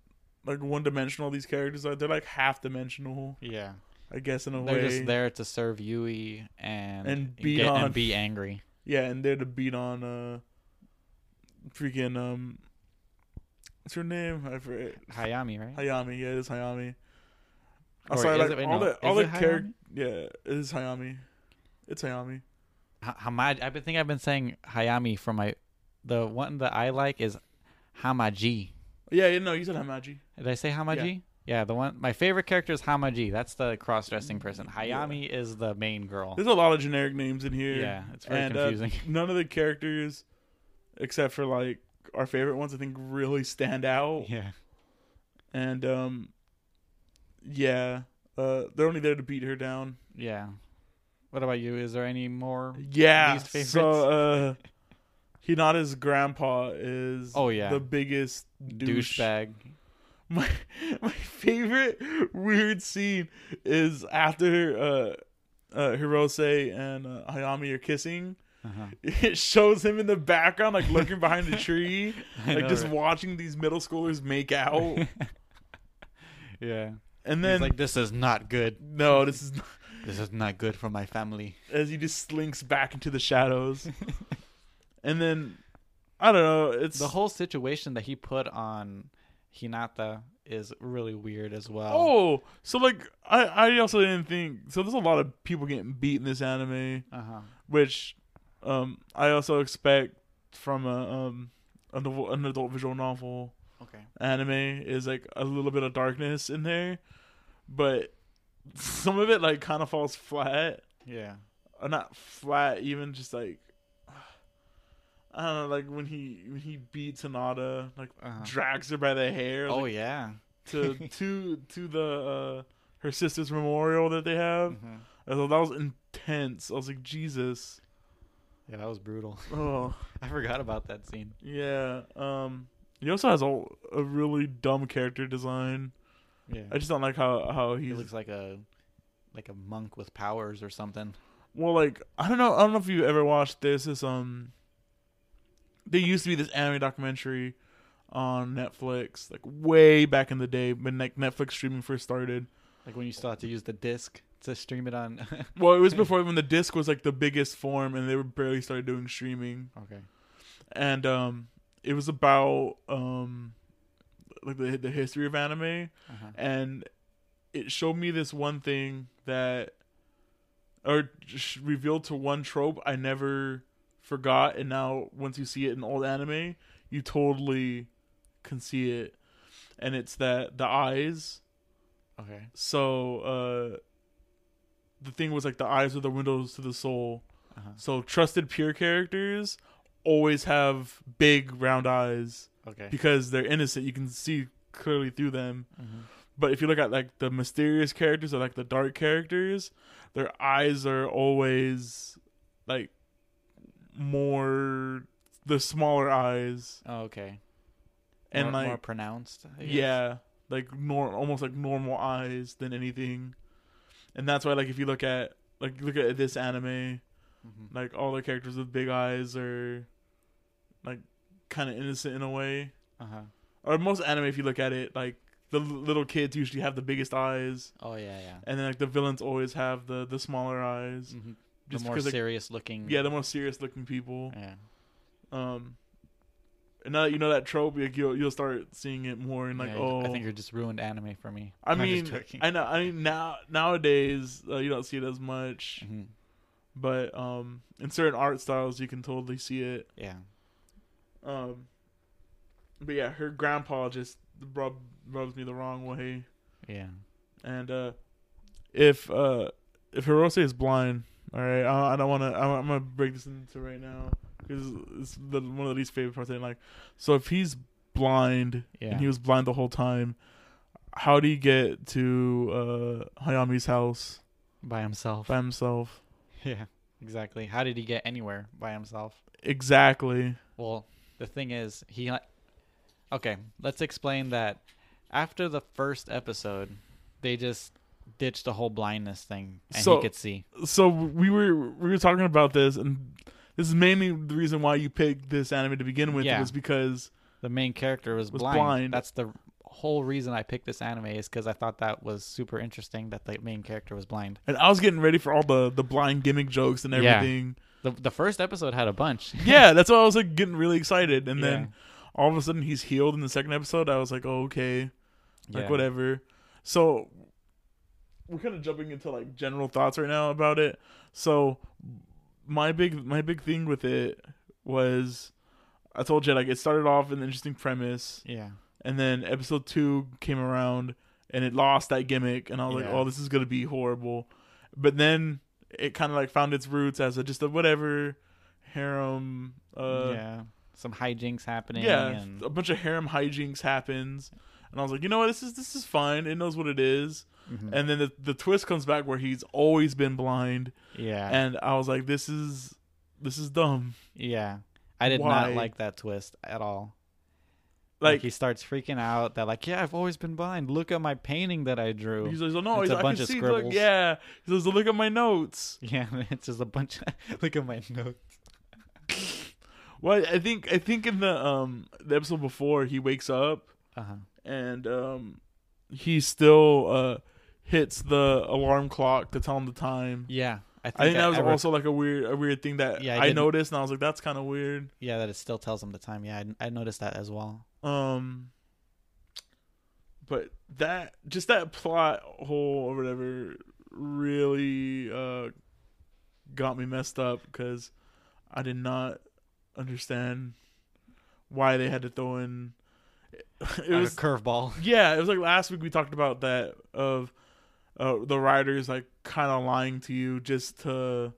S1: like one dimensional. These characters are. They're like half dimensional.
S2: yeah.
S1: I guess in a
S2: They're
S1: way.
S2: just there to serve Yui and
S1: And beat on.
S2: and be angry.
S1: Yeah, and they're to beat on uh freaking um what's her name? I forget
S2: Hayami, right?
S1: Hayami, yeah, it is Hayami. I'm
S2: Or
S1: sorry,
S2: is
S1: like
S2: it- wait,
S1: all
S2: no.
S1: the all the
S2: Is it
S1: character yeah, it is Hayami. It's Hayami.
S2: Ha- Hamaji. I think I've been saying Hayami for my. The one that I like is Hamaji.
S1: Yeah, yeah, no, you said Hamaji.
S2: Did I say Hamaji? Yeah. the one my favorite character is Hamaji. That's the cross-dressing person. Hayami is the main girl.
S1: There's a lot of generic names in here.
S2: Yeah, it's very
S1: uh,
S2: confusing.
S1: none of the characters except for like our favorite ones I think really stand out.
S2: Yeah.
S1: And um yeah. Uh they're only there to beat her down.
S2: Yeah. What about you? Is there any more?
S1: Yeah.
S2: least favorites.
S1: So uh Hinata's grandpa is
S2: Oh, yeah.
S1: the biggest douche.
S2: Douchebag.
S1: My my favorite weird scene is after uh uh Hirose and uh, Hayami are kissing.
S2: Uh-huh.
S1: It shows him in the background, like looking behind a tree,
S2: I
S1: like
S2: know,
S1: just
S2: right?
S1: watching these middle schoolers make out.
S2: yeah.
S1: And
S2: He's
S1: then,
S2: like, this is not good.
S1: no, this is not,
S2: This is not good for my family.
S1: as he just slinks back into the shadows. and then, I don't know. It's
S2: The whole situation that he put on Hinata is really weird as well.
S1: Oh, so like I, I also didn't think so. There's a lot of people getting beat in this anime,
S2: Uh-huh.
S1: which um, I also expect from a um, an, adult- an adult visual novel
S2: Okay.
S1: anime is like a little bit of darkness in there, but some of it like kind of falls flat.
S2: Yeah.
S1: Or not flat, even just like I don't know, like when he when he beats Hanada, like
S2: Uh-huh.
S1: drags her by the hair,
S2: Oh
S1: like,
S2: yeah.
S1: to to to the uh, her sister's memorial that they have.
S2: Mhm.
S1: I thought that was intense. I was like, Jesus.
S2: Yeah, that was brutal.
S1: Oh
S2: I forgot about that scene.
S1: yeah. Um, he also has a, a really dumb character design.
S2: Yeah.
S1: I just don't like how how
S2: he
S1: he's
S2: looks like a like a monk with powers or something.
S1: well. Like I don't know. I don't know if you ever watched this. This um, there used to be this anime documentary on Netflix, like way back in the day when like Netflix streaming first started.
S2: Like when you still have to use the disc to stream it on.
S1: Well, it was before when the disc was like the biggest form, and they were barely started doing streaming.
S2: okay.
S1: and um it was about um like the the history of anime
S2: Uh-huh.
S1: and it showed me this one thing that or sh- revealed to one trope I never forgot and now once you see it in old anime you totally can see it and it's that the eyes
S2: Okay.
S1: so uh the thing was like the eyes are the windows to the soul
S2: Uh-huh.
S1: so trusted pure characters always have big round eyes
S2: Okay.
S1: because they're innocent. You can see clearly through them.
S2: Mhm.
S1: But if you look at like the mysterious characters or like the dark characters, their eyes are always like more the smaller eyes
S2: Oh, okay.
S1: and
S2: more,
S1: like
S2: more pronounced. I guess.
S1: yeah, like nor almost like normal eyes than anything. And that's why like if you look at like look at this anime,
S2: Mhm.
S1: like all the characters with big eyes are like kind of innocent in a way
S2: Uh-huh.
S1: or most anime if you look at it like the l- little kids usually have the biggest eyes
S2: Oh yeah, yeah.
S1: and then like the villains always have the the smaller eyes
S2: Mhm.
S1: Mm-hmm. just
S2: the more
S1: because like,
S2: serious looking.
S1: yeah the more serious looking people
S2: Yeah.
S1: um and now that you know that trope like, you'll you'll start seeing it more and like
S2: Yeah,
S1: oh
S2: I think you just ruined anime for me.
S1: I
S2: I'm just
S1: mean
S2: joking.
S1: I know I mean now nowadays uh, you don't see it as much
S2: Mhm.
S1: but um in certain art styles you can totally see it
S2: Yeah.
S1: Um, but yeah, her grandpa just rub, rubs me the wrong way.
S2: Yeah.
S1: And uh, if uh, if Hirose is blind, all right, I, I don't want to. I'm, I'm gonna break this into right now because it's the, one of the least favorite parts. I didn't like, so if he's blind
S2: Yeah.
S1: and he was blind the whole time, how do you get to uh, Hayami's house
S2: by himself.
S1: by himself?
S2: yeah. Exactly. How did he get anywhere by himself?
S1: Exactly.
S2: Well, the thing is, he. like- Okay, let's explain that. After the first episode, they just ditched the whole blindness thing, and
S1: So-
S2: he could see.
S1: so we were we were talking about this and this is mainly the reason why you picked this anime to begin with
S2: Yeah.
S1: was because
S2: The main character was,
S1: Was
S2: blind.
S1: blind.
S2: That's the whole reason I picked this anime is because I thought that was super interesting that the main character was blind.
S1: and I was getting ready for all the the blind gimmick jokes and
S2: Yeah.
S1: everything.
S2: The the first episode had a bunch.
S1: Yeah, that's why I was like getting really excited and
S2: Yeah.
S1: then all of a sudden he's healed in the second episode. I was like, "Oh, okay. Like e-,
S2: Yeah.
S1: whatever." So we're kind of jumping into like general thoughts right now about it. So my big my big thing with it was I told you like it started off with an interesting premise.
S2: Yeah.
S1: and then episode two came around and it lost that gimmick and i was like
S2: Yeah.
S1: oh this is gonna be horrible but then it kind of like found its roots as a just a whatever harem uh yeah,
S2: yeah. Some hijinks happening. And,
S1: a bunch of harem hijinks happens and i was like you know what this is this is fine it knows what it is
S2: Mhm.
S1: and then the, the twist comes back where he's always been blind
S2: yeah.
S1: and i was like this is this is dumb
S2: yeah. I did
S1: Why?
S2: not like that twist at all. Like,
S1: like,
S2: he starts freaking out that like, yeah, I've always been blind. Look at my painting that I drew.
S1: he's like oh, no
S2: It's
S1: he's
S2: a
S1: like, I
S2: bunch
S1: can
S2: of
S1: see, look,
S2: scribbles.
S1: yeah he says look at my notes
S2: yeah, it's just a bunch. Of, look at my notes.
S1: Well, I think I think in the um the episode before he wakes up
S2: Uh huh.
S1: and um he still uh hits the alarm clock to tell him the time.
S2: Yeah, I think,
S1: I think that was
S2: I re-
S1: also like a weird a weird thing that
S2: Yeah, I
S1: I,
S2: didn't-
S1: noticed and I was like that's kind of weird.
S2: yeah that it still tells him the time. Yeah, I, I noticed that as well.
S1: Um but that just that plot hole or whatever really uh got me messed up because I did not understand why they had to throw in. It
S2: Like
S1: was
S2: a curveball.
S1: yeah, it was like last week we talked about that of uh, the writers like kind of lying to you just to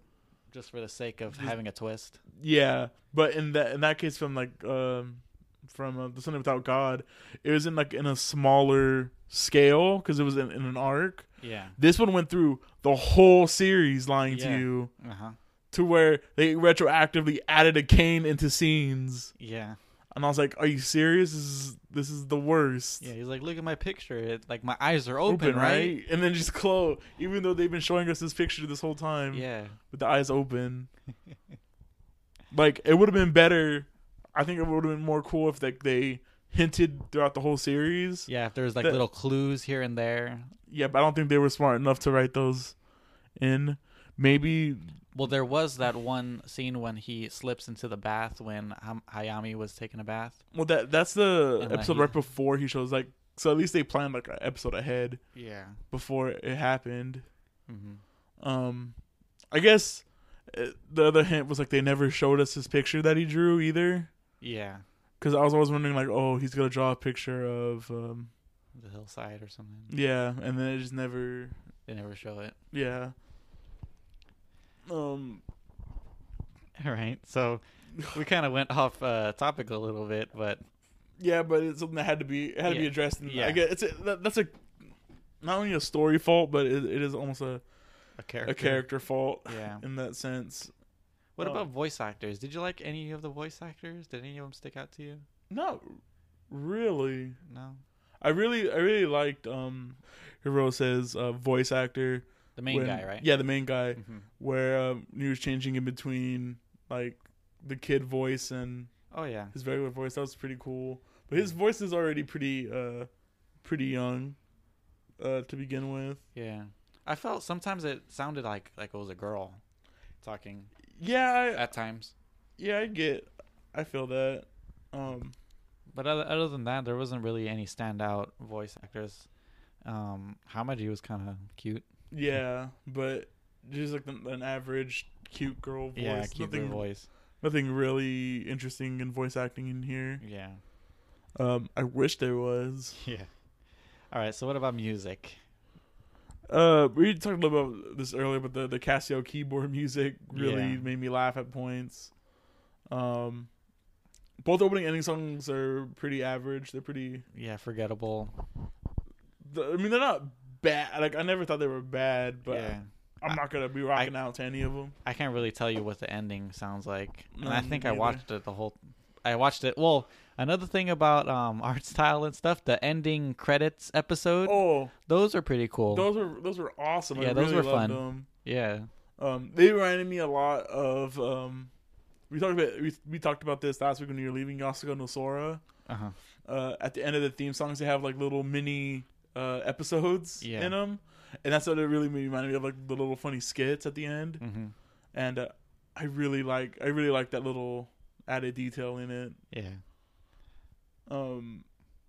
S2: Just for the sake of
S1: Just-
S2: having a twist.
S1: yeah. But in that in that case, from like um, from uh, the Sunday Without God, it was in like in a smaller scale because it was in, in an arc.
S2: Yeah.
S1: This one went through the whole series lying to
S2: Yeah.
S1: you
S2: Uh huh.
S1: to where they retroactively added a cane into scenes,
S2: Yeah.
S1: and I was like, "Are you serious? This is this is the worst."
S2: Yeah. He's like, look at my picture. It, like my eyes are open, right?
S1: And then just close, even though they've been showing us this picture this whole time
S2: Yeah.
S1: with the eyes open. like it would have been better. I think it would have been more cool if like they hinted throughout the whole series. Yeah.
S2: Yeah. If there's like
S1: The-
S2: little clues here and there.
S1: but I don't think they were smart enough to write those in. Maybe
S2: Well, there was that one scene when he slips into the bath when Ham- Hayami was taking a bath.
S1: well that that's the
S2: And, uh,
S1: episode
S2: he-
S1: right before he shows like so at least they planned like an episode ahead
S2: Yeah.
S1: before it happened.
S2: Mm-hmm.
S1: Um, I guess uh, the other hint was like they never showed us his picture that he drew either.
S2: Yeah.
S1: Because I was always wondering like, oh, he's gonna draw a picture of um,
S2: The hillside or something.
S1: yeah, and then it just never
S2: They never show it.
S1: yeah. Um,
S2: All right. So we kind of went off uh, topic a little bit, but
S1: yeah, but it's something that had to be it had to be
S2: Yeah.
S1: addressed. And
S2: Yeah.
S1: I guess it's a, that, that's a not only a story fault, but it, it is almost a,
S2: a character.
S1: a character fault
S2: Yeah.
S1: in that sense.
S2: What
S1: Oh.
S2: about voice actors? Did you like any of the voice actors? Did any of them stick out to you?
S1: Not really.
S2: No.
S1: I really I really liked um Hero says uh, voice actor
S2: The main
S1: when-
S2: guy, right?
S1: Yeah, the main guy
S2: Mhm.
S1: where um, he was changing in between like the kid voice and
S2: Oh yeah.
S1: his regular voice. That was pretty cool. But his voice is already pretty uh pretty young uh to begin with.
S2: Yeah. I felt sometimes it sounded like like it was a girl talking
S1: Yeah, I,
S2: at times.
S1: yeah, I get I feel that. Um
S2: But other, other than that, there wasn't really any standout voice actors. Um, Hamaji was kind of cute.
S1: yeah, but just like an, an average cute girl voice.
S2: Yeah, cute
S1: nothing,
S2: little voice.
S1: nothing really interesting in voice acting in here.
S2: Yeah.
S1: Um I wish there was.
S2: Yeah. All right. So what about music?
S1: Uh, we talked a little bit about this earlier, but the the Casio keyboard music really
S2: Yeah.
S1: made me laugh at points. Um, both opening and ending songs are pretty average. They're pretty.
S2: Yeah, forgettable.
S1: The, I mean, they're not bad. Like I never thought they were bad, but
S2: yeah.
S1: I'm not gonna be rocking out to any of them.
S2: I can't really tell you what the ending sounds like. And I
S1: No,
S2: think
S1: me
S2: I
S1: neither.
S2: watched it the whole I watched it. Well, another thing about um art style and stuff, the ending credits episode,
S1: Oh,
S2: those are pretty cool.
S1: those were those were awesome. I
S2: Yeah, those
S1: really
S2: were
S1: loved
S2: fun.
S1: Them.
S2: yeah.
S1: Um, they reminded me a lot of um, we talked about we, we talked about this last week when you were leaving Yasuko no Sora.
S2: Uh-huh.
S1: uh, at the end of the theme songs, they have like little mini uh, episodes in 'em.
S2: Yeah.
S1: in them, and that's what it really reminded me of, like the little funny skits at the end.
S2: Mm-hmm.
S1: And uh, I really like, I really like that little added detail in it.
S2: Yeah.
S1: Um,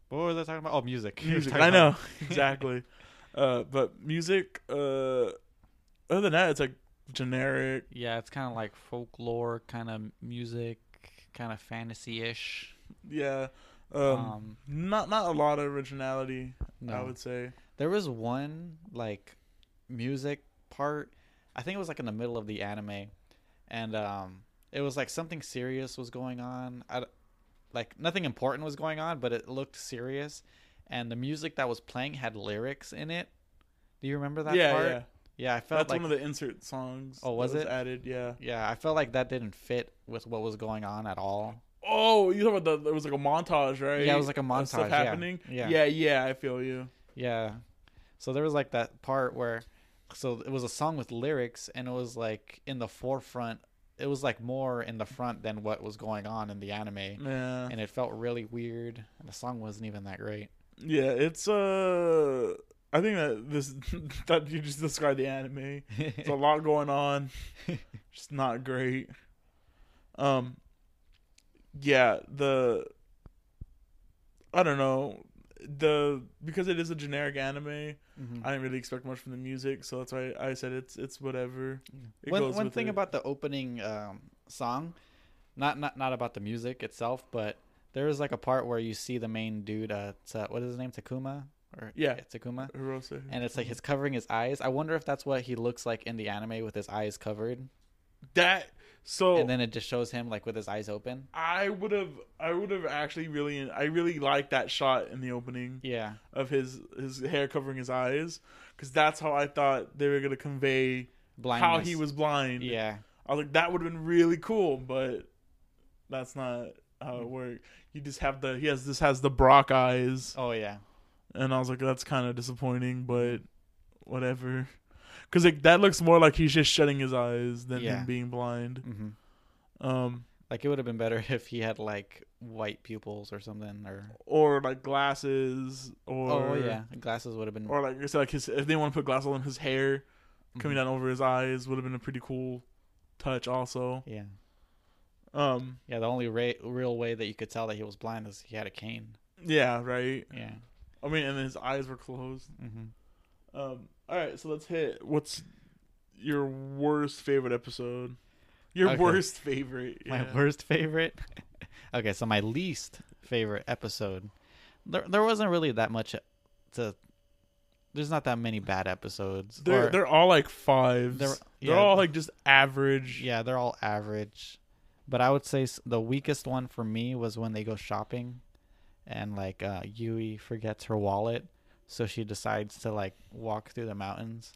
S2: What was I talking about? Oh, music. We were
S1: music,
S2: talking
S1: I
S2: about-
S1: know exactly, uh, but music. Uh, other than that, it's like generic.
S2: Yeah, it's kind of like folklore kind of music, kind of fantasy-ish.
S1: Yeah, um,
S2: Um,
S1: not not a lot of originality.
S2: no.
S1: I would say.
S2: There was one like music part. I think it was like in the middle of the anime, and um, it was like something serious was going on. I d like nothing important was going on, but it looked serious, and the music that was playing had lyrics in it. Do you remember that
S1: yeah,
S2: part?
S1: yeah.
S2: Yeah, I felt
S1: That's
S2: like
S1: one of the insert songs.
S2: Oh,
S1: that
S2: was it?
S1: added? Yeah.
S2: yeah, I felt like that didn't fit with what was going on at all.
S1: Oh, you talking about the? It was like a montage, right?
S2: Yeah, it was like a
S1: Of
S2: montage,
S1: stuff
S2: yeah.
S1: happening.
S2: Yeah.
S1: yeah, yeah. I feel you.
S2: Yeah. So there was like that part where so it was a song with lyrics and it was like in the forefront it was like more in the front than what was going on in the anime.
S1: Yeah,
S2: And it felt really weird. And the song wasn't even that great.
S1: yeah. It's uh, I think that this that you just described the anime. It's a lot going on. just not great. Um, yeah. The I don't know. the because it is a generic anime,
S2: Mhm.
S1: I didn't really expect much from the music, so that's why I said it's it's whatever. It
S2: one
S1: goes
S2: one
S1: with
S2: thing
S1: it.
S2: about the opening um, song, not not not about the music itself, but there is like a part where you see the main dude. Uh, Ta- what is his name? Takuma or
S1: Yeah.
S2: Takuma.
S1: Hirose.
S2: And it's like he's
S1: Mm-hmm.
S2: covering his eyes. I wonder if that's what he looks like in the anime with his eyes covered,
S1: that so
S2: and then it just shows him like with his eyes open.
S1: I would have I would have actually really I really liked that shot in the opening
S2: Yeah,
S1: of his his hair covering his eyes because that's how I thought they were gonna convey
S2: blind.
S1: how he was blind.
S2: Yeah,
S1: I was like that would have been really cool, but that's not how it worked. You just have the he has this has the Brock eyes.
S2: Oh yeah.
S1: and I was like, that's kind of disappointing, but whatever. Because like that looks more like he's just shutting his eyes than
S2: Yeah.
S1: him being blind.
S2: hmm
S1: Um,
S2: Like it would have been better if he had like white pupils or something, or
S1: or like glasses, or
S2: oh yeah, glasses would have been.
S1: or like I said, like his if they want to put glasses on his hair coming
S2: Mm-hmm.
S1: down over his eyes would have been a pretty cool touch, also.
S2: yeah,
S1: Um,
S2: yeah. The only ra- real way that you could tell that he was blind is he had a cane.
S1: yeah, right.
S2: Yeah.
S1: I mean, and his eyes were closed.
S2: Mm-hmm.
S1: Um, all right, so let's hit what's your worst favorite episode. Your
S2: Okay.
S1: worst favorite. yeah.
S2: My worst favorite. okay, so my least favorite episode. There, there wasn't really that much to. There's not that many bad episodes.
S1: They're
S2: or-
S1: they're all like fives. They're,
S2: They're- yeah.
S1: all like just average.
S2: yeah, they're all average. But I would say s- the weakest one for me was when they go shopping, and like uh, Yui forgets her wallet, so she decides to like walk through the mountains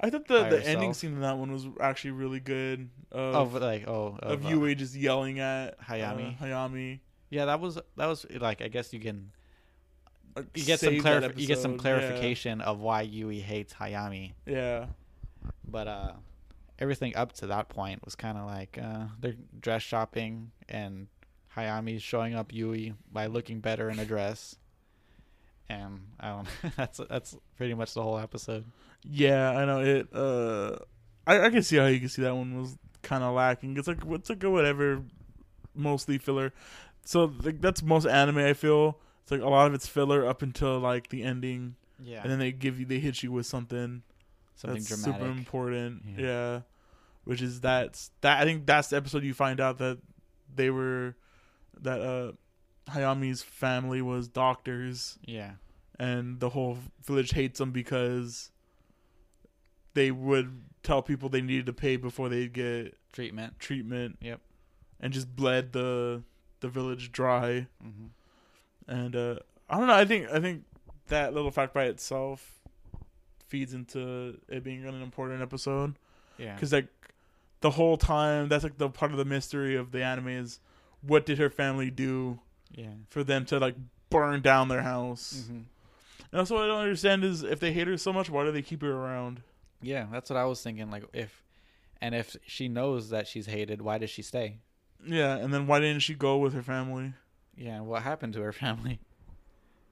S1: I thought the,
S2: By
S1: the ending
S2: herself.
S1: scene in that one was actually really good. Of
S2: of,
S1: of,
S2: like oh uh,
S1: Yui just yelling at uh,
S2: Hayami.
S1: Hayami.
S2: Yeah, that was that was like I guess you can
S1: Like,
S2: you get some
S1: save that
S2: clarif- you get some
S1: episode. Yeah.
S2: clarification of why Yui hates Hayami,
S1: Yeah.
S2: but uh, everything up to that point was kind of like uh, they're dress shopping and Hayami's showing up Yui by looking better in a dress, and I don't. that's that's pretty much the whole episode.
S1: yeah, I know it. Uh, I I can see how you can see that one was kind of lacking. It's like it's like a whatever, mostly filler. So like that's most anime. I feel it's like a lot of it's filler up until like the ending,
S2: Yeah,
S1: and then they give you they hit you with something.
S2: something
S1: that's
S2: dramatic.
S1: super important. Yeah.
S2: Yeah.
S1: Which is that's that I think that's the episode you find out that they were that uh Hayami's family was doctors
S2: yeah,
S1: and the whole village hates them because they would tell people they needed to pay before they'd get
S2: treatment.
S1: treatment.
S2: Yep.
S1: And just bled the the village dry.
S2: hmm
S1: And uh I don't know, I think I think that little fact by itself feeds into it being an important episode
S2: Yeah,
S1: because like the whole time that's like the part of the mystery of the anime is what did her family do
S2: yeah.
S1: for them to like burn down their house
S2: Mhm.
S1: and also what i don't understand is if they hate her so much why do they keep her around
S2: Yeah, that's what I was thinking. Like, if and if she knows that she's hated, why does she stay?
S1: yeah and then why didn't she go with her family
S2: Yeah, and what happened to her family?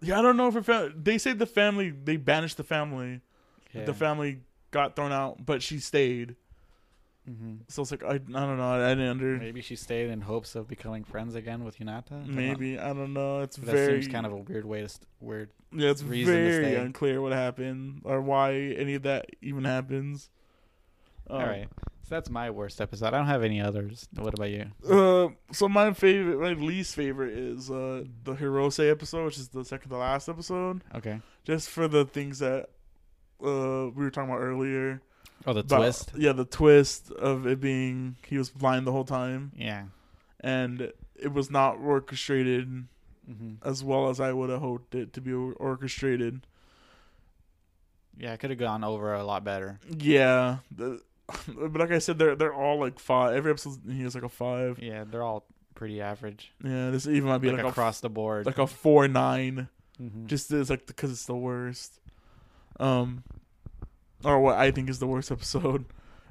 S1: yeah i don't know if her family they say the family they banished the family
S2: Yeah.
S1: the family got thrown out but she stayed
S2: mm-hmm.
S1: so it's like i, I don't know i didn't under
S2: Maybe she stayed in hopes of becoming friends again with Yunata.
S1: maybe i don't know it's
S2: that
S1: very
S2: seems kind of a weird way to st- weird.
S1: Yeah, it's
S2: reason to
S1: very
S2: stay.
S1: unclear what happened or why any of that even happens. Um,
S2: All right, so that's my worst episode. I don't have any others. What about you?
S1: Uh, so my favorite, my least favorite is uh the Hirose episode, which is the second to last episode.
S2: Okay.
S1: Just for the things that uh we were talking about earlier.
S2: Oh, the
S1: About-
S2: twist.
S1: Yeah, the twist of it being he was blind the whole time,
S2: Yeah.
S1: and it was not orchestrated
S2: Mm-hmm.
S1: as well as I would have hoped it to be or- orchestrated.
S2: Yeah, it could have gone over a lot better.
S1: Yeah, the, but like I said, they're they're all like five. Every episode he is like a five.
S2: Yeah, they're all pretty average,
S1: Yeah, this even might be
S2: like,
S1: like, a
S2: across the board.
S1: like a four nine.
S2: mm-hmm.
S1: Just is like because it's the worst. Um, or what I think is the worst episode.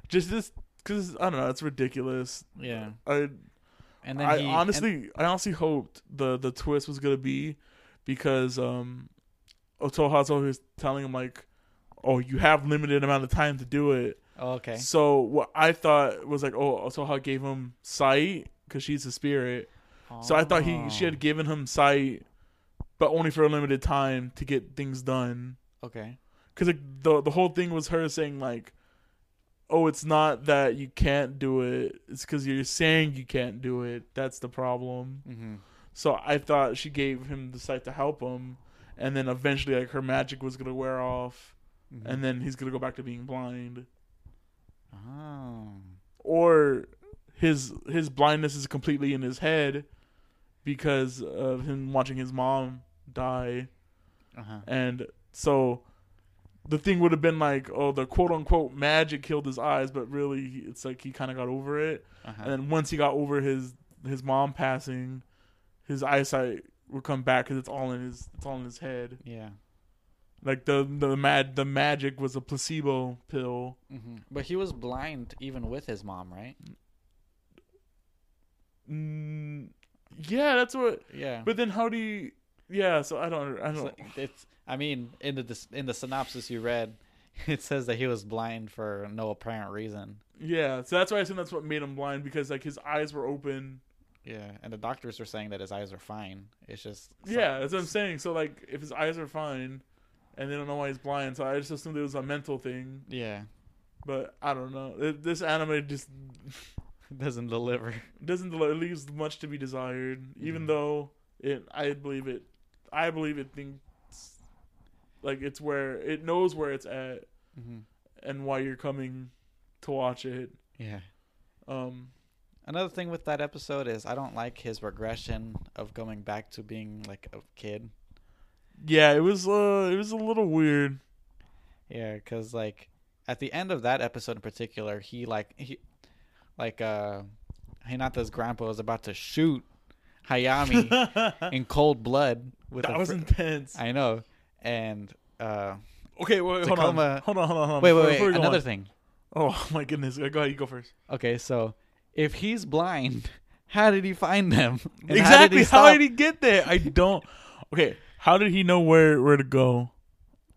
S1: Just this because I don't know. It's ridiculous.
S2: yeah,
S1: I
S2: and then
S1: I
S2: he, and-
S1: honestly I honestly hoped the the twist was gonna be because um, Otohato is telling him like, oh, you have limited amount of time to do it.
S2: oh, okay.
S1: So what I thought was like, oh, Soha gave him
S2: Oh.
S1: sight because she's a spirit. So I thought he she had given him sight but only for a limited time to get things done.
S2: Okay.
S1: Because like, the the whole thing was her saying like, "Oh, it's not that you can't do it. It's because you're saying you can't do it. That's the problem."
S2: Mm-hmm.
S1: So I thought she gave him the sight to help him, and then eventually like her magic was gonna wear off,
S2: Mm-hmm. Mm.
S1: and then he's gonna go back to being blind,
S2: oh.
S1: or his his blindness is completely in his head because of him watching his mom die.
S2: Uh-huh.
S1: And so the thing would have been like, oh, the quote unquote magic killed his eyes, but really he- it's like he kind of got over it.
S2: Uh-huh.
S1: And then once he got over his his mom passing, his eyesight would come back because it's all in his it's all in his head.
S2: yeah.
S1: Like the the mad the magic was a placebo pill.
S2: Mm-hmm. But he was blind even with his mom, right?
S1: Mm, yeah, that's what.
S2: Yeah.
S1: But then how do you? Yeah, so I don't I
S2: It's
S1: don't.
S2: like- it's. I mean, in the dis- in the synopsis you read, it says that he was blind for no apparent reason.
S1: yeah, so that's why I assume that's what made him blind because like his eyes were open.
S2: Yeah, and the doctors were saying that his eyes are fine. It's just so-
S1: Yeah, that's what I'm saying. So like, if his eyes are fine, and they don't know why he's blind, so I just assumed it was a mental thing.
S2: yeah,
S1: But I don't know. It- This anime just
S2: doesn't deliver.
S1: doesn't it leaves much to be desired. Even
S2: Mhm.
S1: though it, I believe it, I believe it thinks like it's where it knows where it's at
S2: Mm-hmm.
S1: and why you're coming to watch it.
S2: Yeah.
S1: Um,
S2: Another thing with that episode is I don't like his regression of going back to being like a kid.
S1: yeah, it was uh, it was a little weird.
S2: Yeah, because like at the end of that episode in particular, he like he like uh Hinata's grandpa is about to shoot Hayami
S1: that
S2: in cold blood with a
S1: was
S2: fr-
S1: intense.
S2: I know, and uh
S1: Okay, wait, wait, hold on,
S2: Tacoma-
S1: hold on, hold on, hold on.
S2: wait
S1: Before-
S2: wait
S1: before we
S2: wait
S1: go
S2: another
S1: on.
S2: thing.
S1: Oh my goodness! Go ahead, you go first.
S2: Okay, so if he's blind, how did he find them? And
S1: exactly. how
S2: stop-
S1: did he get there? I don't. Okay. How did he know where where to go?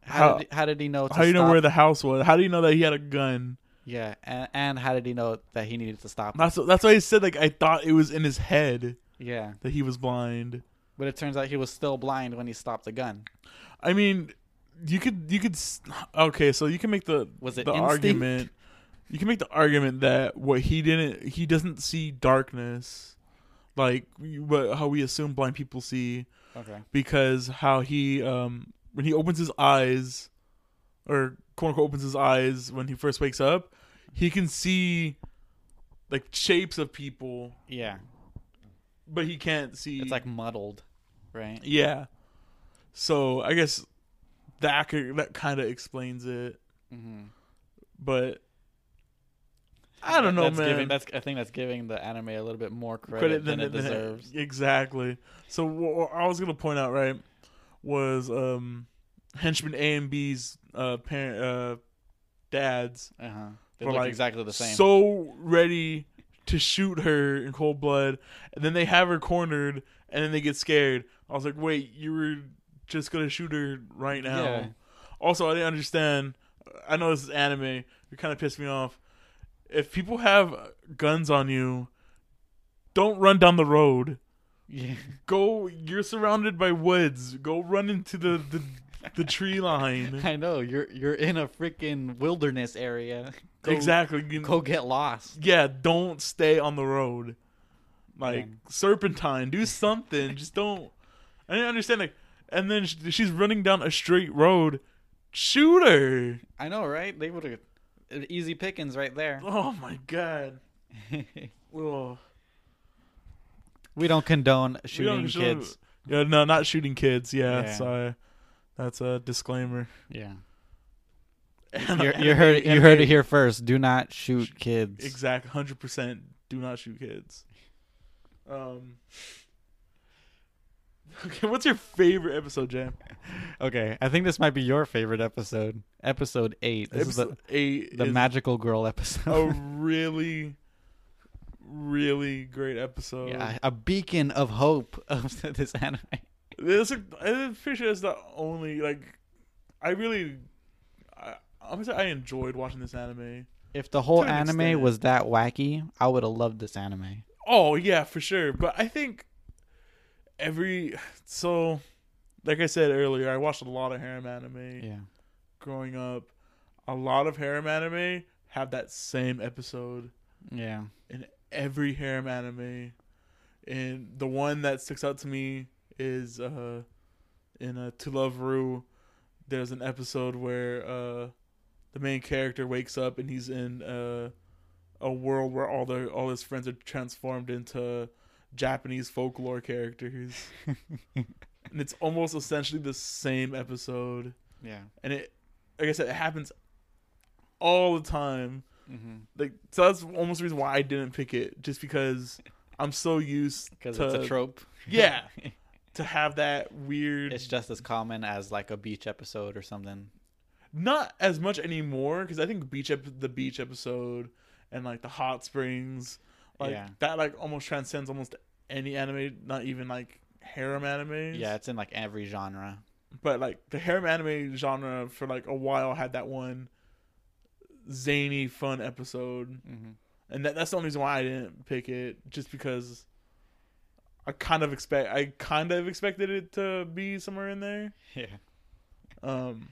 S2: How
S1: how-
S2: did, how did he know? To
S1: Oh. How do you know
S2: stop-
S1: where the house was? How do you know that he had a gun?
S2: Yeah, and, and how did he know that he needed to stop?
S1: That's that's why I said like I thought it was in his head
S2: Yeah,
S1: that he was blind.
S2: but it turns out he was still blind when he stopped the gun.
S1: I mean, you could you could s- okay, so you can make the
S2: Was it
S1: the
S2: instinct?
S1: argument. You can make the argument that what he didn't he doesn't see darkness, like you- what how we assume blind people see.
S2: Okay.
S1: because how he um when he opens his eyes or quote unquote opens his eyes when he first wakes up, he can see like shapes of people,
S2: Yeah,
S1: but he can't see
S2: it's like muddled, right?
S1: yeah. So I guess that could, that kind of explains it,
S2: Mm-hmm.
S1: but I don't know,
S2: that's
S1: man.
S2: Giving, that's I think that's giving the anime a little bit more credit,
S1: credit
S2: than,
S1: than
S2: it deserves.
S1: Exactly. So wh- what I was gonna point out right was um henchman A and B's uh parent uh dads
S2: Uh huh. They
S1: For,
S2: look
S1: like,
S2: exactly the same.
S1: so ready to shoot her in cold blood, and then they have her cornered, and then they get scared. I was like, wait, you were just gonna shoot her right now.
S2: Yeah.
S1: Also, I didn't understand. I know this is anime. It kind of pissed me off. If people have guns on you, don't run down the road.
S2: yeah.
S1: Go. You're surrounded by woods. Go run into the the, the tree line.
S2: I know you're you're in a freaking wilderness area. Go,
S1: exactly.
S2: Go get lost.
S1: yeah, don't stay on the road. Like
S2: Yeah.
S1: serpentine, do something. Just don't. I didn't understand. Like, and then sh- she's running down a straight road. Shoot her!
S2: I know, right? They would have easy pickings right there.
S1: Oh my god. Ugh.
S2: we don't
S1: We
S2: condone
S1: don't
S2: shooting
S1: shoot-
S2: kids.
S1: Yeah, no, not shooting kids. Yeah,
S2: Yeah.
S1: sorry. That's a disclaimer.
S2: Yeah. you you heard it, you
S1: Anime-
S2: heard it here first. Do not shoot kids.
S1: Exact, hundred percent. Do not shoot kids. Um. Okay, what's your favorite episode, Jam?
S2: Okay, I think this might be your favorite episode, episode eight. This
S1: episode
S2: is
S1: eight.
S2: the the
S1: is
S2: magical girl episode.
S1: a Oh, really, really great episode.
S2: yeah, a beacon of hope of this anime.
S1: This, I'm pretty sure it's the only like. I really, I, I'm gonna say I enjoyed watching this anime.
S2: If the whole
S1: To an
S2: anime
S1: extent.
S2: was that wacky, I would have loved this anime.
S1: Oh yeah, for sure. But I think every so like I said earlier, I watched a lot of harem anime
S2: Yeah.
S1: growing up. A lot of harem anime have that same episode
S2: Yeah.
S1: in every harem anime, and the one that sticks out to me is uh, in uh, To Love Ru. There's an episode where uh, the main character wakes up and he's in uh, a world where all the all his friends are transformed into Japanese folklore characters, and it's almost essentially the same episode.
S2: Yeah.
S1: And it, like I said, it happens all the time
S2: Mm-hmm.
S1: like so that's almost the reason why I didn't pick it, just because I'm so used
S2: Because
S1: to
S2: it's a trope.
S1: yeah to have that weird.
S2: It's just as common as like a beach episode or something.
S1: Not as much anymore because I think beach ep- the beach episode and like the hot springs, like
S2: Yeah.
S1: that like almost transcends almost any anime, not even like harem anime.
S2: Yeah, it's in like every genre.
S1: but like the harem anime genre for like a while had that one zany fun episode
S2: Mm-hmm.
S1: and that, that's the only reason why I didn't pick it, just because I kind of expect I kind of expected it to be somewhere in there.
S2: Yeah.
S1: Um,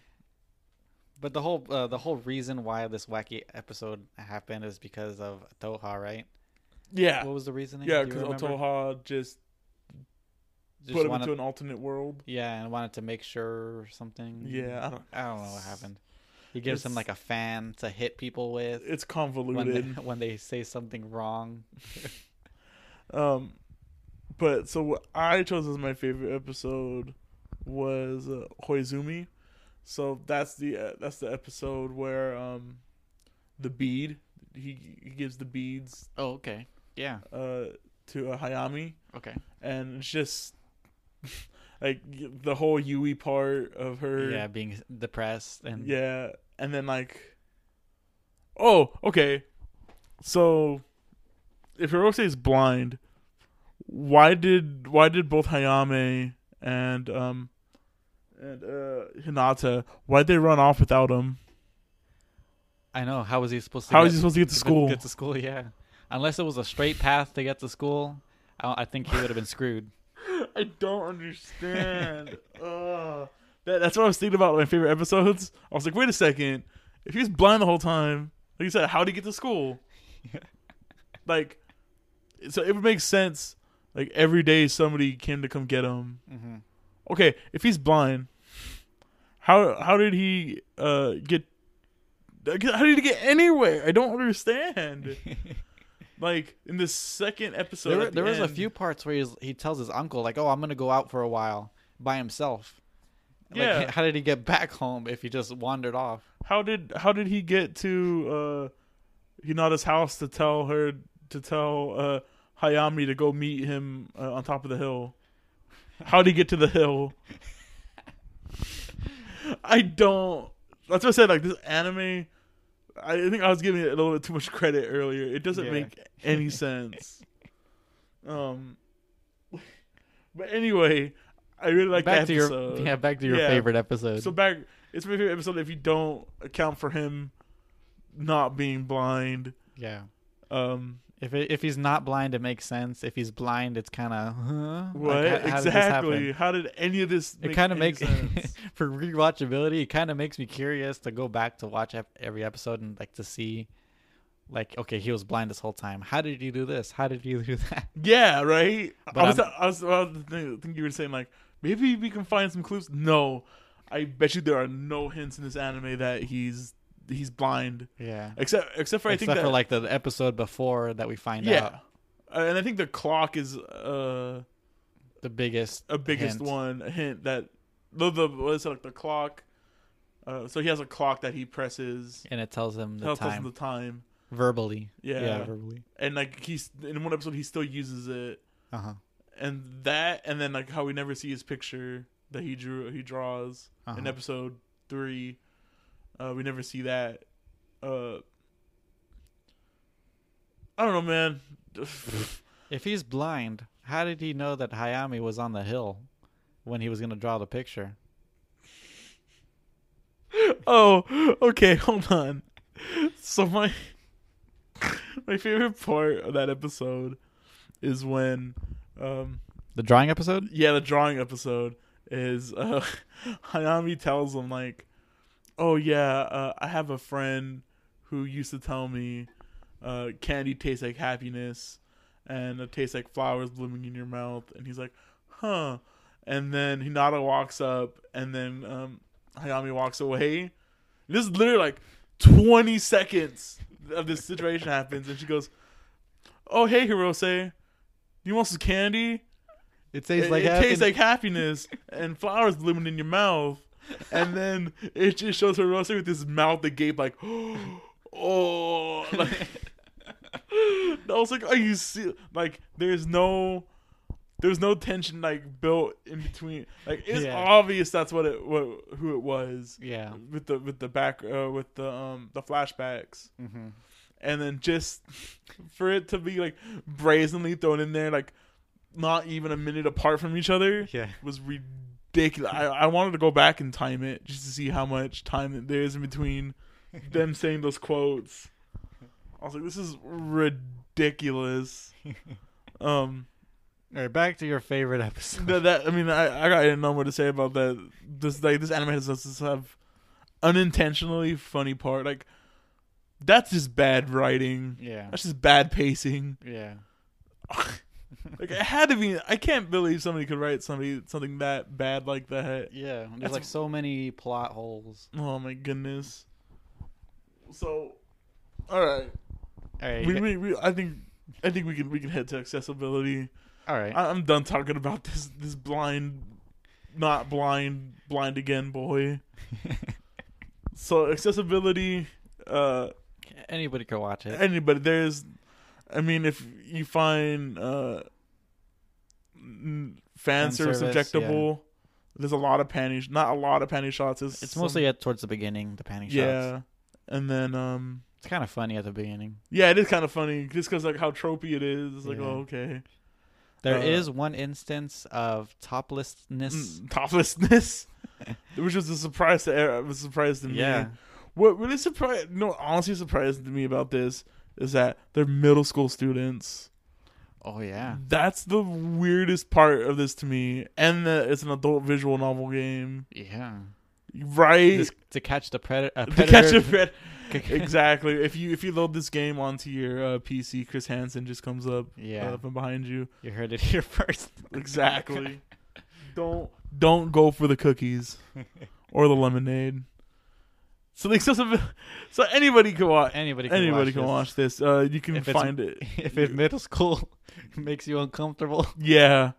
S2: But the whole uh, the whole reason why this wacky episode happened is because of Toha, right?
S1: yeah,
S2: What was the reasoning?
S1: yeah,
S2: Do you
S1: because
S2: remember?
S1: Otoha just,
S2: Just
S1: put him
S2: wanted-
S1: into an alternate world.
S2: yeah, and wanted to make sure or something.
S1: Yeah, I don't.
S2: I don't know what happened. He gives him
S1: It's-
S2: like a fan to hit people with
S1: It's
S2: when they,
S1: convoluted.
S2: when they say something wrong.
S1: Um, but so what I chose as my favorite episode was uh, Hoizumi. So that's the uh, that's the episode where um, the bead he he gives the beads
S2: Oh, okay. Yeah.
S1: uh to uh, Hayami.
S2: Okay.
S1: and it's just like the whole Yui part of her.
S2: Yeah, being depressed and
S1: Yeah, and then like, oh, okay, so if Hirose is blind, why did why did both Hayame and um and uh Hinata why would they run off without him?
S2: I know. How was he supposed to?
S1: How
S2: get,
S1: is he supposed to get to school?
S2: Get to school, yeah. Unless it was a straight path to get to school, I, I think he would have been screwed.
S1: I don't understand. Ugh. That, that's what I was thinking about my favorite episodes. I was like, wait a second. If he was blind the whole time, like you said, how did he get to school? like, so it would make sense. Like every day, somebody came to come get him.
S2: Mm-hmm.
S1: Okay, if he's blind, how how did he uh get? like, How did he get anywhere? I don't understand. like in the second episode, at
S2: there were-
S1: the
S2: there was a
S1: end-
S2: few parts where he's, he tells his uncle like, "Oh, I'm gonna go out for a while by himself." Like,
S1: Yeah.
S2: how did he get back home if he just wandered off?
S1: how did how did he get to uh Hinata's house to tell her to tell uh Hayami to go meet him uh, on top of the hill? How did he get to the hill? I don't. That's what I said. Like this anime, I think I was giving it a little bit too much credit earlier. It doesn't
S2: Yeah.
S1: make any sense. um, but anyway, I really like
S2: back
S1: that
S2: to
S1: episode.
S2: your yeah, back to your
S1: Yeah.
S2: favorite episode.
S1: So back, it's my favorite episode. If you don't account for him not being blind,
S2: yeah.
S1: um,
S2: If it, if he's not blind, it makes sense. If he's blind, it's kind of huh? Like,
S1: what
S2: how- how did this happen?
S1: exactly? how did any of this?
S2: It kind of
S1: any
S2: makes
S1: sense?
S2: for rewatchability. It kind of makes me curious to go back to watch ep- every episode and like to see, like, okay, he was blind this whole time. How did he do this? How did he do that?
S1: yeah, right. I
S2: But
S1: was,
S2: I'm-
S1: I was, I was thinking you were saying like maybe we can find some clues. No, I bet you there are no hints in this anime that he's he's blind,
S2: Yeah.
S1: except except for I
S2: Except
S1: think that
S2: for like the episode before that we find
S1: yeah.
S2: out
S1: Uh, and I think the clock is uh,
S2: the biggest,
S1: a biggest
S2: hint.
S1: one a hint that the the what is it, like the clock. Uh, so he has a clock that he presses.
S2: and it tells him the
S1: tells us
S2: time
S1: the time.
S2: verbally.
S1: Yeah.
S2: verbally.
S1: and like he's in one episode he still uses it,
S2: Uh huh.
S1: and that, and then like how we never see his picture that he drew he draws in
S2: Uh-huh.
S1: episode three. Uh, we never see that. Uh, I don't know, man.
S2: If he's blind, how did he know that Hayami was on the hill when he was gonna draw the picture?
S1: oh, okay, hold on. So my my favorite part of that episode is when um
S2: The drawing episode.
S1: yeah, the drawing episode is uh, Hanami tells him like, "Oh yeah, uh, I have a friend who used to tell me uh, candy tastes like happiness, and it tastes like flowers blooming in your mouth." And he's like, "Huh." And then Hinata walks up, and then um, Hayami walks away. This is literally like 20 seconds of this situation happens, and she goes, "Oh hey, Hirose, you want some candy?"
S2: It tastes
S1: it,
S2: like
S1: it
S2: happy-
S1: tastes like happiness and flowers blooming in your mouth. And then it just shows her roasting with his mouth agape, like, oh, like, I was like, are you see? Like, there's no, there's no tension like built in between. Like, it's
S2: Yeah.
S1: obvious that's what it, what who it was
S2: yeah.
S1: with the with the back uh, with the um the flashbacks
S2: Mm-hmm.
S1: and then just for it to be like brazenly thrown in there like not even a minute apart from each other
S2: Yeah.
S1: was ridiculous I, I wanted to go back and time it just to see how much time there is in between them saying those quotes i was like this is ridiculous um
S2: All right, back to your favorite episode.
S1: that, that i mean i i got I know what to say about that this like this anime has this have unintentionally funny part like that's just bad writing
S2: yeah.
S1: that's just bad pacing.
S2: Yeah.
S1: Like it had to be. I can't believe somebody could write somebody something that bad like that.
S2: Yeah. There's
S1: That's-
S2: like so many plot holes.
S1: Oh my goodness. So, all right.
S2: All right.
S1: We, we, we, I think I think we can we can head to accessibility.
S2: all right.
S1: I, I'm done talking about this this blind, not blind, blind again boy. So accessibility. Uh,
S2: Anybody could watch it.
S1: anybody there's i mean if you find uh n- fan
S2: Fan
S1: service
S2: service,
S1: objectable there's a lot of panty sh- not a lot of panty shots it's,
S2: It's
S1: some-
S2: mostly at towards the beginning, the panic shots.
S1: yeah and then um
S2: It's kind of funny at the beginning.
S1: yeah it is kind of funny just because like how tropey it is it's like
S2: Yeah.
S1: oh okay
S2: There
S1: Uh,
S2: is one instance of toplessness.
S1: Mm, toplessness which was a surprise to er- it was a surprise to me
S2: yeah.
S1: what really surprised no honestly surprised me about this is that they're middle school students
S2: Oh yeah.
S1: That's the weirdest part of this to me. And the, it's an adult visual novel game,
S2: Yeah.
S1: right?
S2: Just to catch the predator. Uh,
S1: to
S2: predator.
S1: catch a pred- exactly. If you if you load this game onto your uh, PC, Chris Hansen just comes up
S2: Yeah.
S1: uh, from behind you.
S2: you heard it here first.
S1: Exactly. don't don't go for the cookies or the lemonade. So the accessibility. So anybody can watch.
S2: Anybody can
S1: Anybody
S2: watch
S1: can
S2: this.
S1: watch this. Uh, you can
S2: If it's-
S1: find it.
S2: if in middle school makes you uncomfortable.
S1: Yeah.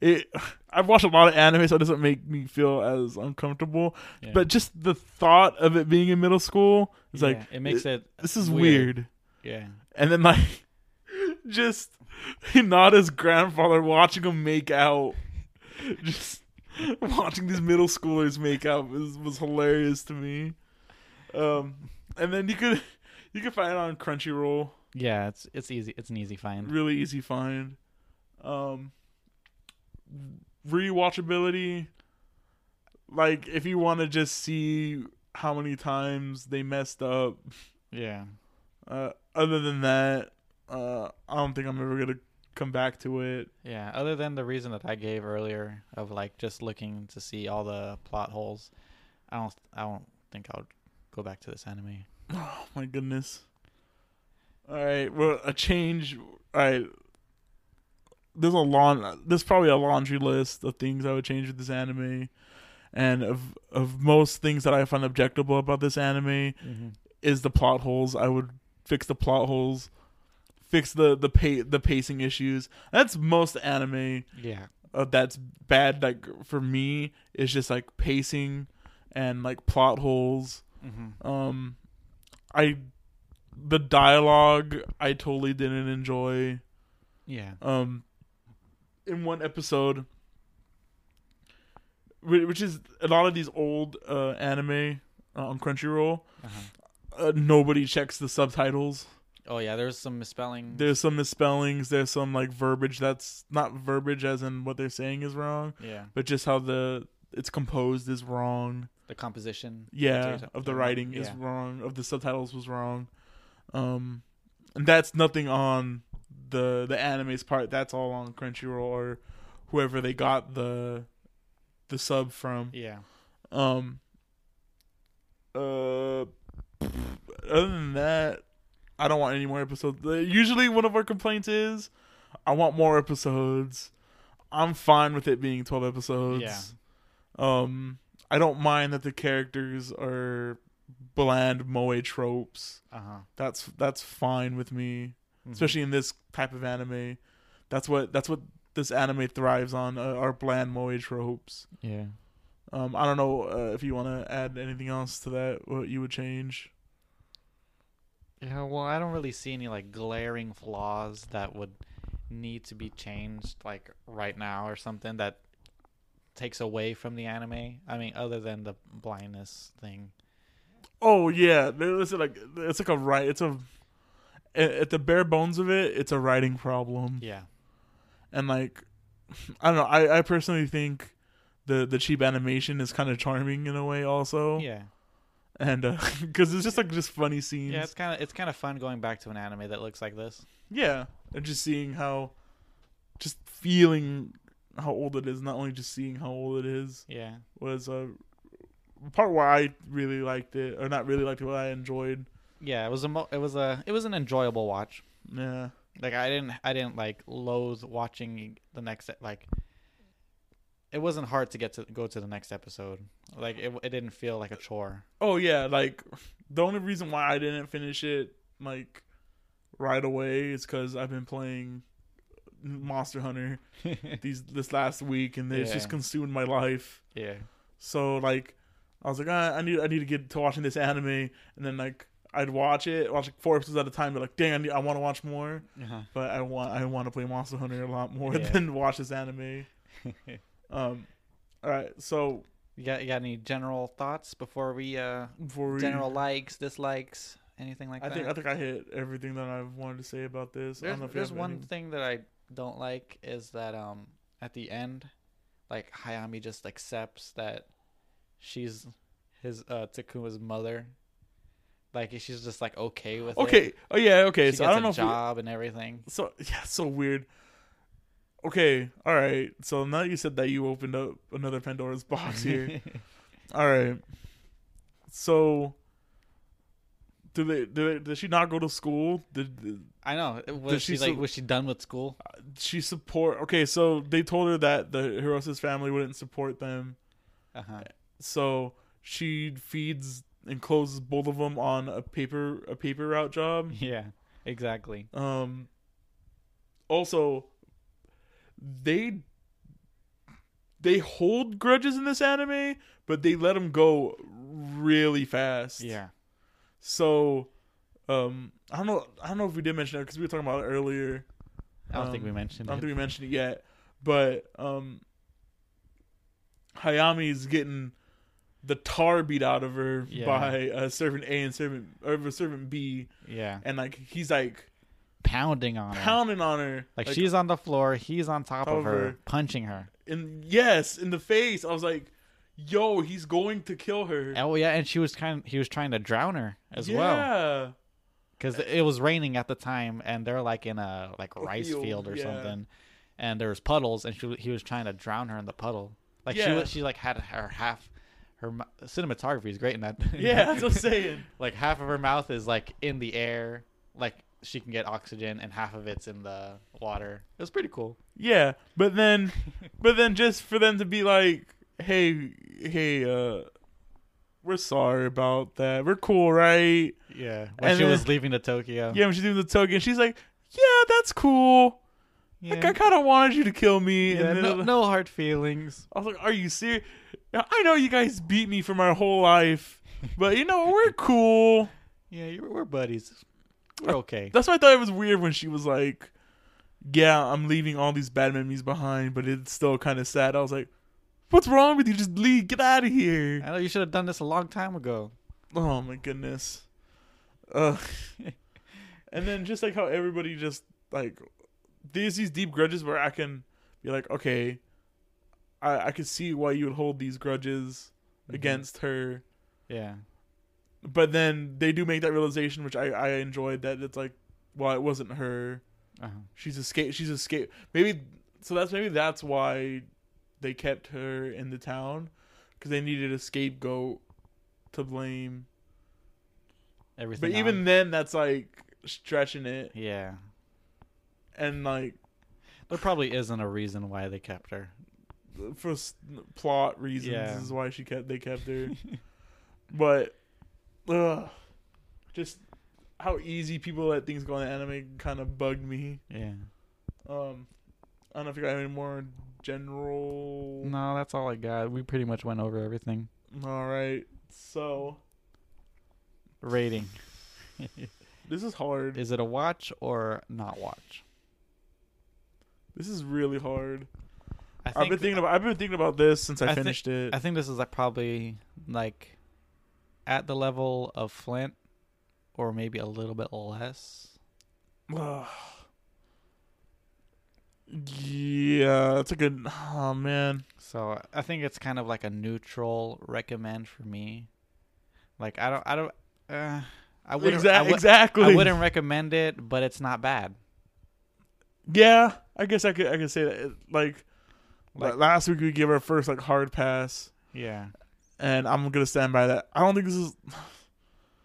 S1: It, I've watched a lot of anime, so it doesn't make me feel as uncomfortable.
S2: Yeah.
S1: But just the thought of it being in middle school is
S2: Yeah,
S1: like
S2: it makes it.
S1: this is
S2: weird.
S1: weird.
S2: Yeah.
S1: And then like just Hinata's grandfather watching him make out, just watching these middle schoolers make out was, was hilarious to me. Um, and then you could you could find it on Crunchyroll.
S2: Yeah, it's it's easy. It's an easy find.
S1: really easy find. Um, rewatchability, like if you want to just see how many times they messed up.
S2: Yeah.
S1: Uh, other than that, uh, I don't think I'm ever gonna come back to it.
S2: Yeah, other than the reason that I gave earlier of like just looking to see all the plot holes, I don't I don't think I would go back to this anime.
S1: Oh my goodness. All right, well, a change. All right, there's a lawn. There's probably a laundry list of things I would change with this anime, and of of most things that I find objectable about this anime is the plot holes. I would fix the plot holes, fix the the pa- the pacing issues. That's most anime
S2: Yeah.
S1: uh, that's bad. Like for me, is just like pacing and like plot holes
S2: Mm-hmm.
S1: um i the dialogue i totally didn't enjoy
S2: Yeah.
S1: um in one episode whi- which is a lot of these old uh anime uh, on crunchyroll
S2: Uh-huh.
S1: uh, nobody checks the subtitles
S2: Oh yeah, there's some misspelling.
S1: there's some misspellings there's some like verbiage that's not verbiage as in what they're saying is wrong
S2: yeah,
S1: but just how the it's composed is wrong
S2: the composition.
S1: yeah
S2: That's what you're
S1: of the
S2: talking
S1: writing
S2: about.
S1: is
S2: Yeah.
S1: wrong of the subtitles was wrong um and that's nothing on the the anime's part that's all on crunchyroll or whoever they got the the sub from.
S2: Yeah.
S1: Um. Uh. Other than that, I don't want any more episodes. Uh, Usually, one of our complaints is, I want more episodes. I'm fine with it being 12 episodes.
S2: Yeah.
S1: Um. I don't mind that the characters are bland moe tropes.
S2: Uh huh.
S1: That's that's fine with me,
S2: Mm-hmm.
S1: especially in this type of anime. That's what that's what this anime thrives on. Uh, are bland moe tropes.
S2: Yeah.
S1: Um, I don't know uh, if you want to add anything else to that. What you would change?
S2: Yeah. Well, I don't really see any like glaring flaws that would need to be changed like right now or something that takes away from the anime. I mean, other than the blindness thing.
S1: Oh yeah, it's like it's like a right. It's a at at the bare bones of it, it's a writing problem.
S2: Yeah.
S1: And like, I don't know. I, I personally think the the cheap animation is kind of charming in a way, also.
S2: Yeah.
S1: And because it's just like just funny scenes.
S2: Yeah. It's kind of it's kind of fun going back to an anime that looks like this.
S1: Yeah, and just seeing how, just feeling how old it is. Not only just seeing how old it is.
S2: Yeah.
S1: was a part where I really liked it, or not really liked it, but I enjoyed.
S2: Yeah. It was a mo- it was a it was an enjoyable watch.
S1: Yeah,
S2: like i didn't i didn't like loathe watching the next like it wasn't hard to get to go to the next episode like it, it didn't feel like a chore
S1: Oh yeah, like the only reason why I didn't finish it like right away is because I've been playing Monster Hunter these this last week, and it's
S2: Yeah.
S1: just consumed my life.
S2: yeah
S1: So like, I was like, ah, I need I need to get to watching this anime, and then like I'd watch it, watch like four episodes at a time, but like, dang, I, need, I want to watch more,
S2: uh-huh.
S1: but I want I want to play Monster Hunter a lot more
S2: Yeah.
S1: than watch this anime. Um, all right. So
S2: you got you got any general thoughts before we uh
S1: before we,
S2: general likes dislikes anything like
S1: I
S2: that
S1: think I think I hit everything that I wanted to say about this. I
S2: there's,
S1: don't know if you
S2: there's
S1: have
S2: one
S1: any-
S2: thing that i don't like is that um at the end like hayami just accepts that she's his uh takuma's mother like she's just like okay with it.
S1: Okay. Oh yeah. Okay.
S2: she
S1: so
S2: gets
S1: I don't
S2: a
S1: know. If we,
S2: job and everything.
S1: so yeah. So weird. Okay. All right. So now you said that you opened up another Pandora's box here. all right. So. Do they, do they? Did she not go to school? Did, did
S2: I know. Was
S1: Does she
S2: she, like?
S1: still-
S2: was she done with school?
S1: she support? Okay, so they told her that the Hirosa's family wouldn't support them,
S2: Uh huh.
S1: so she feeds and closes both of them on a paper a paper route job
S2: Yeah. Exactly.
S1: um also they they hold grudges in this anime but they let them go really fast
S2: Yeah.
S1: so um i don't know i don't know if we did mention it because we were talking about it earlier
S2: I don't think we
S1: Um,
S2: mentioned
S1: I don't
S2: it.
S1: think we mentioned it yet, but um, Hayami is getting the tar beat out of her
S2: Yeah.
S1: by uh, servant A and servant or servant B,
S2: yeah.
S1: and like he's like
S2: Pounding on her.
S1: pounding on her,
S2: Like, she's on the floor. He's on top
S1: Top
S2: of
S1: of
S2: her,
S1: her.
S2: punching her.
S1: in yes in the face. I was like, yo, he's going to kill her
S2: Oh yeah, and she was kind. He was trying to drown her as
S1: yeah.
S2: well because it was raining at the time, and they're like in a like rice
S1: field,
S2: field, or
S1: yeah.
S2: something, and there was puddles, and she he was trying to drown her in the puddle. Like she
S1: Yeah.
S2: was, she like had her half. Her mo- cinematography is great in that. in
S1: Yeah,
S2: that-
S1: that's what I'm saying.
S2: like half of her mouth is like in the air like she can get oxygen and half of it's in the water it was pretty cool
S1: Yeah, but then, but then just for them to be like, hey, hey, uh, we're sorry about that. We're cool, right?
S2: yeah when
S1: And
S2: she
S1: then-
S2: was leaving to tokyo
S1: Yeah, when she's doing the tug, and she's like, "Yeah, that's cool. Like, I kind of wanted you to kill me."
S2: Yeah,
S1: and then
S2: no, no hard feelings
S1: I was like, "Are you serious? I know you guys beat me for my whole life, but you know we're cool."
S2: yeah you we're buddies we're
S1: Uh,
S2: okay
S1: That's why I thought it was weird when she was like, "Yeah, I'm leaving all these bad memories behind, but it's still kind of sad." I was like, "What's wrong with you? Just leave. Get out of here."
S2: i know you should have done this a long time ago
S1: Oh my goodness. Ugh. and then just like how everybody just like there's these deep grudges where I can be like, okay, I I could see why you would hold these grudges against her.
S2: yeah
S1: But then they do make that realization which I, I enjoyed that it's like, well, it wasn't her.
S2: uh-huh.
S1: She's escaped she's escaped maybe so that's maybe that's why they kept her in the town because they needed a scapegoat to blame.
S2: Everything.
S1: But even
S2: on-
S1: then, that's like stretching it,
S2: yeah,
S1: and like
S2: there probably isn't a reason why they kept her.
S1: for s- plot reasons
S2: Yeah.
S1: is why she kept they kept her. but ugh, just how easy people let things go in anime kind of bugged me.
S2: Yeah.
S1: Um, I don't know if you got any more general.
S2: No, that's all I got. We pretty much went over everything.
S1: All right, so
S2: Rating.
S1: this is hard.
S2: Is it a watch or not watch?
S1: This is really hard.
S2: I
S1: I've been thinking about. I've been thinking about this since I,
S2: I thi-
S1: finished it.
S2: I think this is like probably like at the level of Flint, or maybe a little bit less.
S1: Ugh. yeah, that's a good. Oh man,
S2: So I think it's kind of like a neutral recommend for me. Like I don't, I don't, uh, I wouldn't,
S1: Exac-
S2: I, would,
S1: exactly.
S2: I wouldn't recommend it, but it's not bad.
S1: Yeah, I guess I could. I could say that. It- Like,
S2: Like-
S1: la- last week, we gave our first like hard pass,
S2: Yeah,
S1: and I'm gonna stand by that. I don't think this is.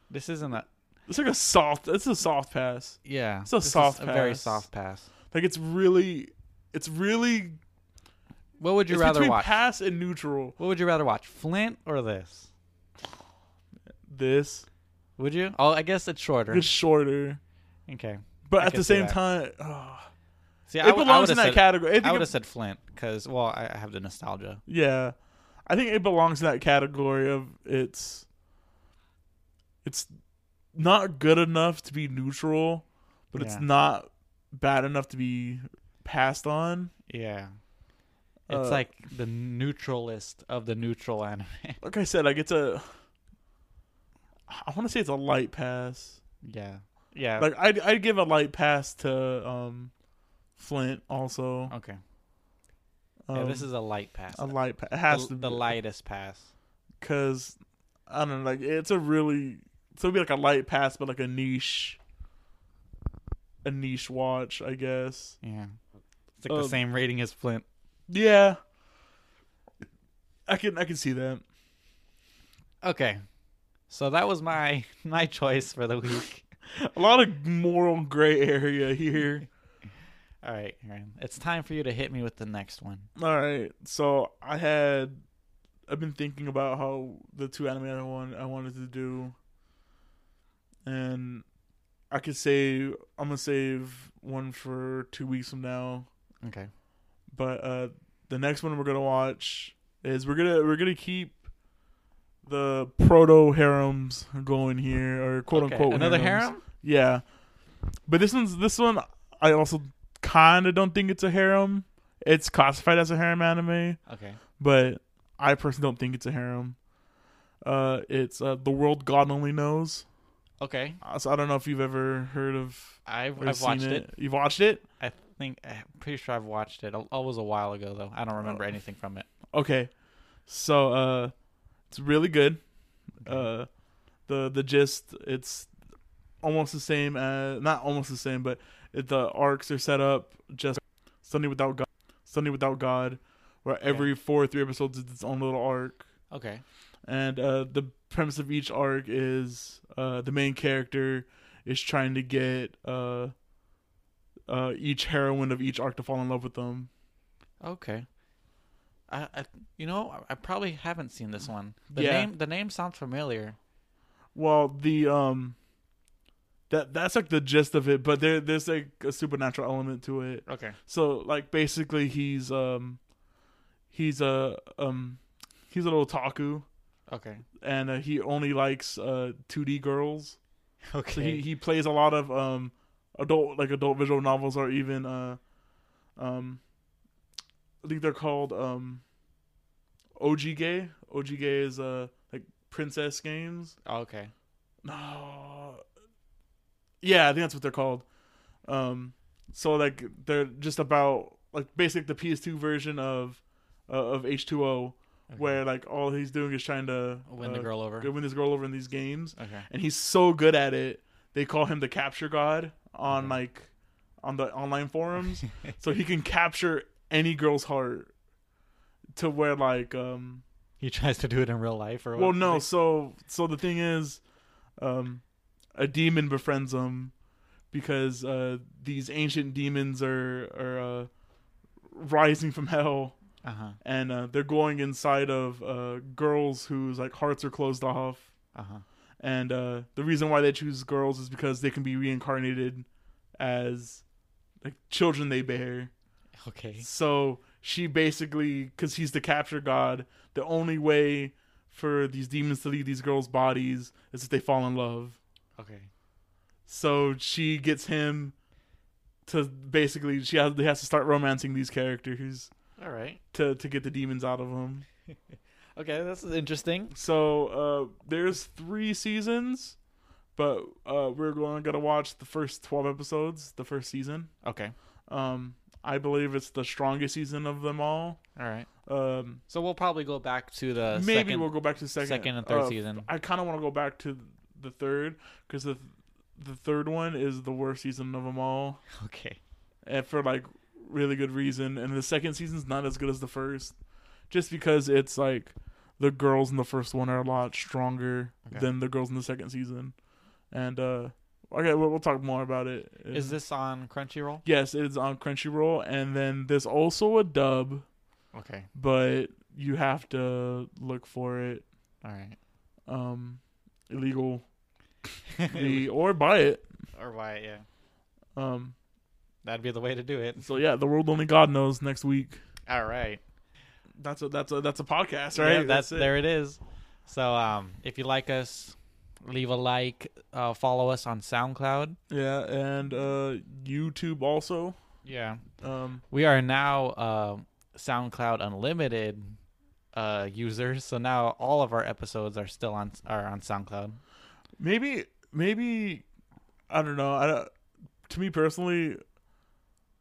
S2: this isn't a
S1: It's like a soft. It's a soft pass.
S2: yeah.
S1: It's a
S2: this is
S1: soft
S2: a very
S1: pass.
S2: soft pass.
S1: Like it's really. It's really.
S2: What would you
S1: it's
S2: rather
S1: between
S2: watch?
S1: pass and neutral.
S2: what would you rather watch, Flint or this?
S1: This
S2: Would you? Oh, I guess it's shorter.
S1: is shorter,
S2: Okay.
S1: but
S2: I
S1: at
S2: can
S1: the
S2: see
S1: same
S2: that.
S1: time, ugh.
S2: See,
S1: it
S2: I w- I
S1: belongs
S2: would've
S1: in that
S2: said-
S1: category. I think
S2: I
S1: it-
S2: would have said Flint because well, I, I have the nostalgia.
S1: Yeah, I think it belongs in that category of it's. It's not good enough to be neutral, but
S2: Yeah.
S1: it's not bad enough to be passed on.
S2: Yeah. It's
S1: Uh,
S2: like the neutralist of the neutral anime.
S1: Like I said, like it's a. I want to say it's a light pass.
S2: yeah. Yeah.
S1: Like I'd I'd give a light pass to um, Flint also.
S2: okay.
S1: Um,
S2: Oh, yeah, this is a light pass.
S1: a light pass. It has
S2: the,
S1: to
S2: the
S1: be.
S2: lightest pass.
S1: because I don't know, like it's a really so it'd be like a light pass, but like a niche, a niche watch, I guess.
S2: Yeah. It's like
S1: Um,
S2: the same rating as Flint.
S1: Yeah, I can I can see that.
S2: Okay. So that was my my choice for the week.
S1: A lot of moral gray area here.
S2: All right, Aaron. It's time for you to hit me with the next one.
S1: All right, so I had I've been thinking about how the two anime I want I wanted to do, and I could save I'm gonna save one for two weeks from now.
S2: Okay.
S1: but uh the next one we're gonna watch is we're gonna we're gonna keep the proto harems going here or quote
S2: Okay,
S1: unquote
S2: Another
S1: harems.
S2: harem?
S1: yeah but this one's this one i also kind of don't think it's a harem it's classified as a harem anime
S2: Okay.
S1: but i personally don't think it's a harem uh it's uh the world god only knows
S2: Okay.
S1: Uh, so i don't know if you've ever heard of
S2: I've
S1: or
S2: I've
S1: seen
S2: watched it.
S1: you've watched it
S2: I think I'm pretty sure I've watched it. Al- Always a while ago though. I don't remember anything from it.
S1: Okay. So uh it's really good. Uh the the gist it's almost the same as not almost the same, but it, the arcs are set up just Sunday without God Sunday without God, where every four or three episodes is its own little arc.
S2: Okay.
S1: And uh the premise of each arc is uh the main character is trying to get uh uh each heroine of each arc to fall in love with them.
S2: Okay. I, I you know, I- I probably haven't seen this one. The
S1: Yeah.
S2: name the name sounds familiar.
S1: Well, the um, that that's like the gist of it, but there there's like a supernatural element to it.
S2: Okay.
S1: So like basically he's um, he's a um, he's a little taku,
S2: Okay.
S1: and uh, he only likes uh 2D girls.
S2: Okay.
S1: So he he plays a lot of um, adult like adult visual novels or even uh, um, I think they're called um, OG gay. OG gay is uh like princess games.
S2: Oh, okay.
S1: No. Uh, Yeah, I think that's what they're called. Um, so like they're just about like basic the PS2 version of uh, of H2O, where like all he's doing is trying to
S2: win the
S1: uh,
S2: girl over.
S1: win this girl over in these games,
S2: Okay.
S1: and he's so good at it. They call him the capture god on
S2: Okay.
S1: like on the online forums, so he can capture any girl's heart. to where like um
S2: He tries to do it in real life, or
S1: well
S2: what?
S1: no
S2: Like,
S1: so so the thing is um a demon befriends him because uh these ancient demons are are uh rising from hell
S3: Uh
S2: Uh-huh,
S3: huh.
S1: and uh they're going inside of uh girls whose like hearts are closed off
S3: Uh
S2: uh-huh.
S3: huh.
S1: and uh the reason why they choose girls is because they can be reincarnated as like children they bear
S2: okay,
S1: so she basically, because he's the capture god, the only way for these demons to leave these girls' bodies is if they fall in love.
S2: okay,
S1: So she gets him to basically she has, he has to start romancing these characters
S2: all right,
S1: to to get the demons out of them.
S2: okay. This is interesting.
S1: So uh, there's three seasons, but uh, we're going to watch the first twelve episodes, the first season.
S2: Okay,
S1: Um, I believe it's the strongest season of them all.
S2: all right.
S1: Um,
S3: So we'll probably go back to the
S1: maybe
S3: Uh, second,
S1: we we'll go back to the second,
S3: second and third
S1: uh,
S3: season.
S1: I kind of want to go back to the third because the the third one is the worst season of them all,
S2: Okay,
S1: and for like really good reason. And the second season's not as good as the first, just because it's like the girls in the first one are a lot stronger
S2: Okay.
S1: than the girls in the second season, and uh, okay, we'll, we'll talk more about it.
S3: Is this on Crunchyroll?
S1: Yes, it's on Crunchyroll, and then there's also a dub,
S2: okay,
S1: but you have to look for it.
S2: all right.
S1: Um, illegal the or buy it.
S2: or why? Yeah,
S1: Um,
S2: that'd be the way to do it.
S1: so yeah, the world only God knows. Next week,
S2: All right.
S1: that's a that's a that's a podcast,
S2: Yeah,
S1: right?
S2: that's,
S1: it.
S2: there. It is. So, um, if you like us, leave a like. Uh, follow us on SoundCloud.
S1: Yeah, and uh, YouTube also.
S2: Yeah,
S1: Um,
S2: we are now uh, SoundCloud Unlimited uh, users. So now all of our episodes are still on are on SoundCloud.
S1: maybe maybe I don't know. I don't, to me personally,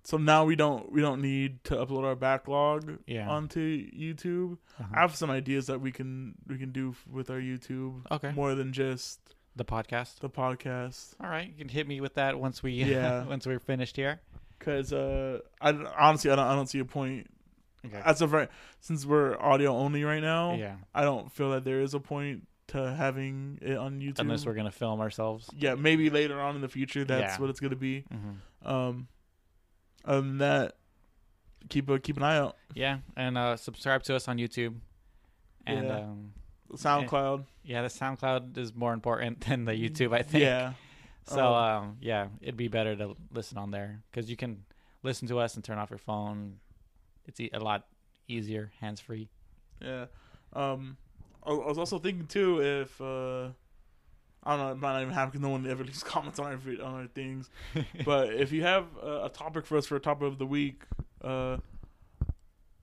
S1: so now we don't we don't need to upload our backlog
S2: Yeah.
S1: onto YouTube.
S2: Uh-huh.
S1: I have some ideas that we can we can do f- with our YouTube
S2: Okay.
S1: more than just
S2: The podcast.
S1: the podcast.
S2: All right, you can hit me with that once we
S1: Yeah.
S2: once we're finished here.
S1: Cause uh, I honestly I don't I don't see a point
S2: Okay.
S1: as of right since we're audio only right now
S2: yeah.
S1: i don't feel that there is a point to having it on youtube
S2: Unless we're gonna film ourselves.
S1: yeah maybe later on in the future that's
S2: Yeah.
S1: what it's gonna be
S2: Mm-hmm.
S1: um other than that keep a keep an eye out
S2: Yeah, and uh, subscribe to us on YouTube. And
S1: Yeah.
S2: yeah. Um,
S1: soundcloud
S2: yeah, the SoundCloud is more important than the YouTube, I think.
S1: yeah
S2: So
S1: um,
S2: um, yeah, it'd be better to listen on there because you can listen to us and turn off your phone. It's e- a lot easier, hands free.
S1: yeah um I, I was also thinking too if uh I don't know. It might not even happen because no one ever leaves comments on our vid- on our things. but if you have a, a topic for us for a topic of the week, uh,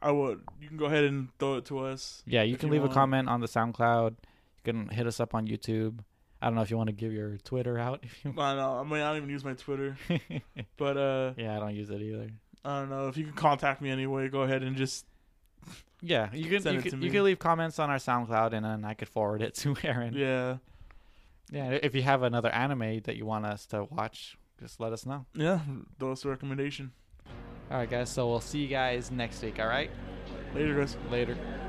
S1: I would. You can go ahead and throw it to us.
S2: Yeah, you
S1: If
S2: can
S1: you
S2: leave
S1: want-
S2: a comment on the SoundCloud. You can hit us up on YouTube. I don't know if you want to give your Twitter out. If you
S1: I don't know. I mean, I don't even use my Twitter,
S2: want.
S1: but uh,
S2: yeah, I don't use it either.
S1: I don't know if you can contact me anyway. Go ahead and just
S2: Yeah, you can
S1: Send
S2: you
S1: it to
S2: can,
S1: me.
S2: you can leave comments on our SoundCloud and then I could forward it to Aaron.
S1: yeah,
S2: Yeah, if you have another anime that you want us to watch, just let us know.
S1: yeah. Throw us a recommendation
S2: All right, guys. So we'll see you guys next week. All right.
S1: later, guys.
S2: Later.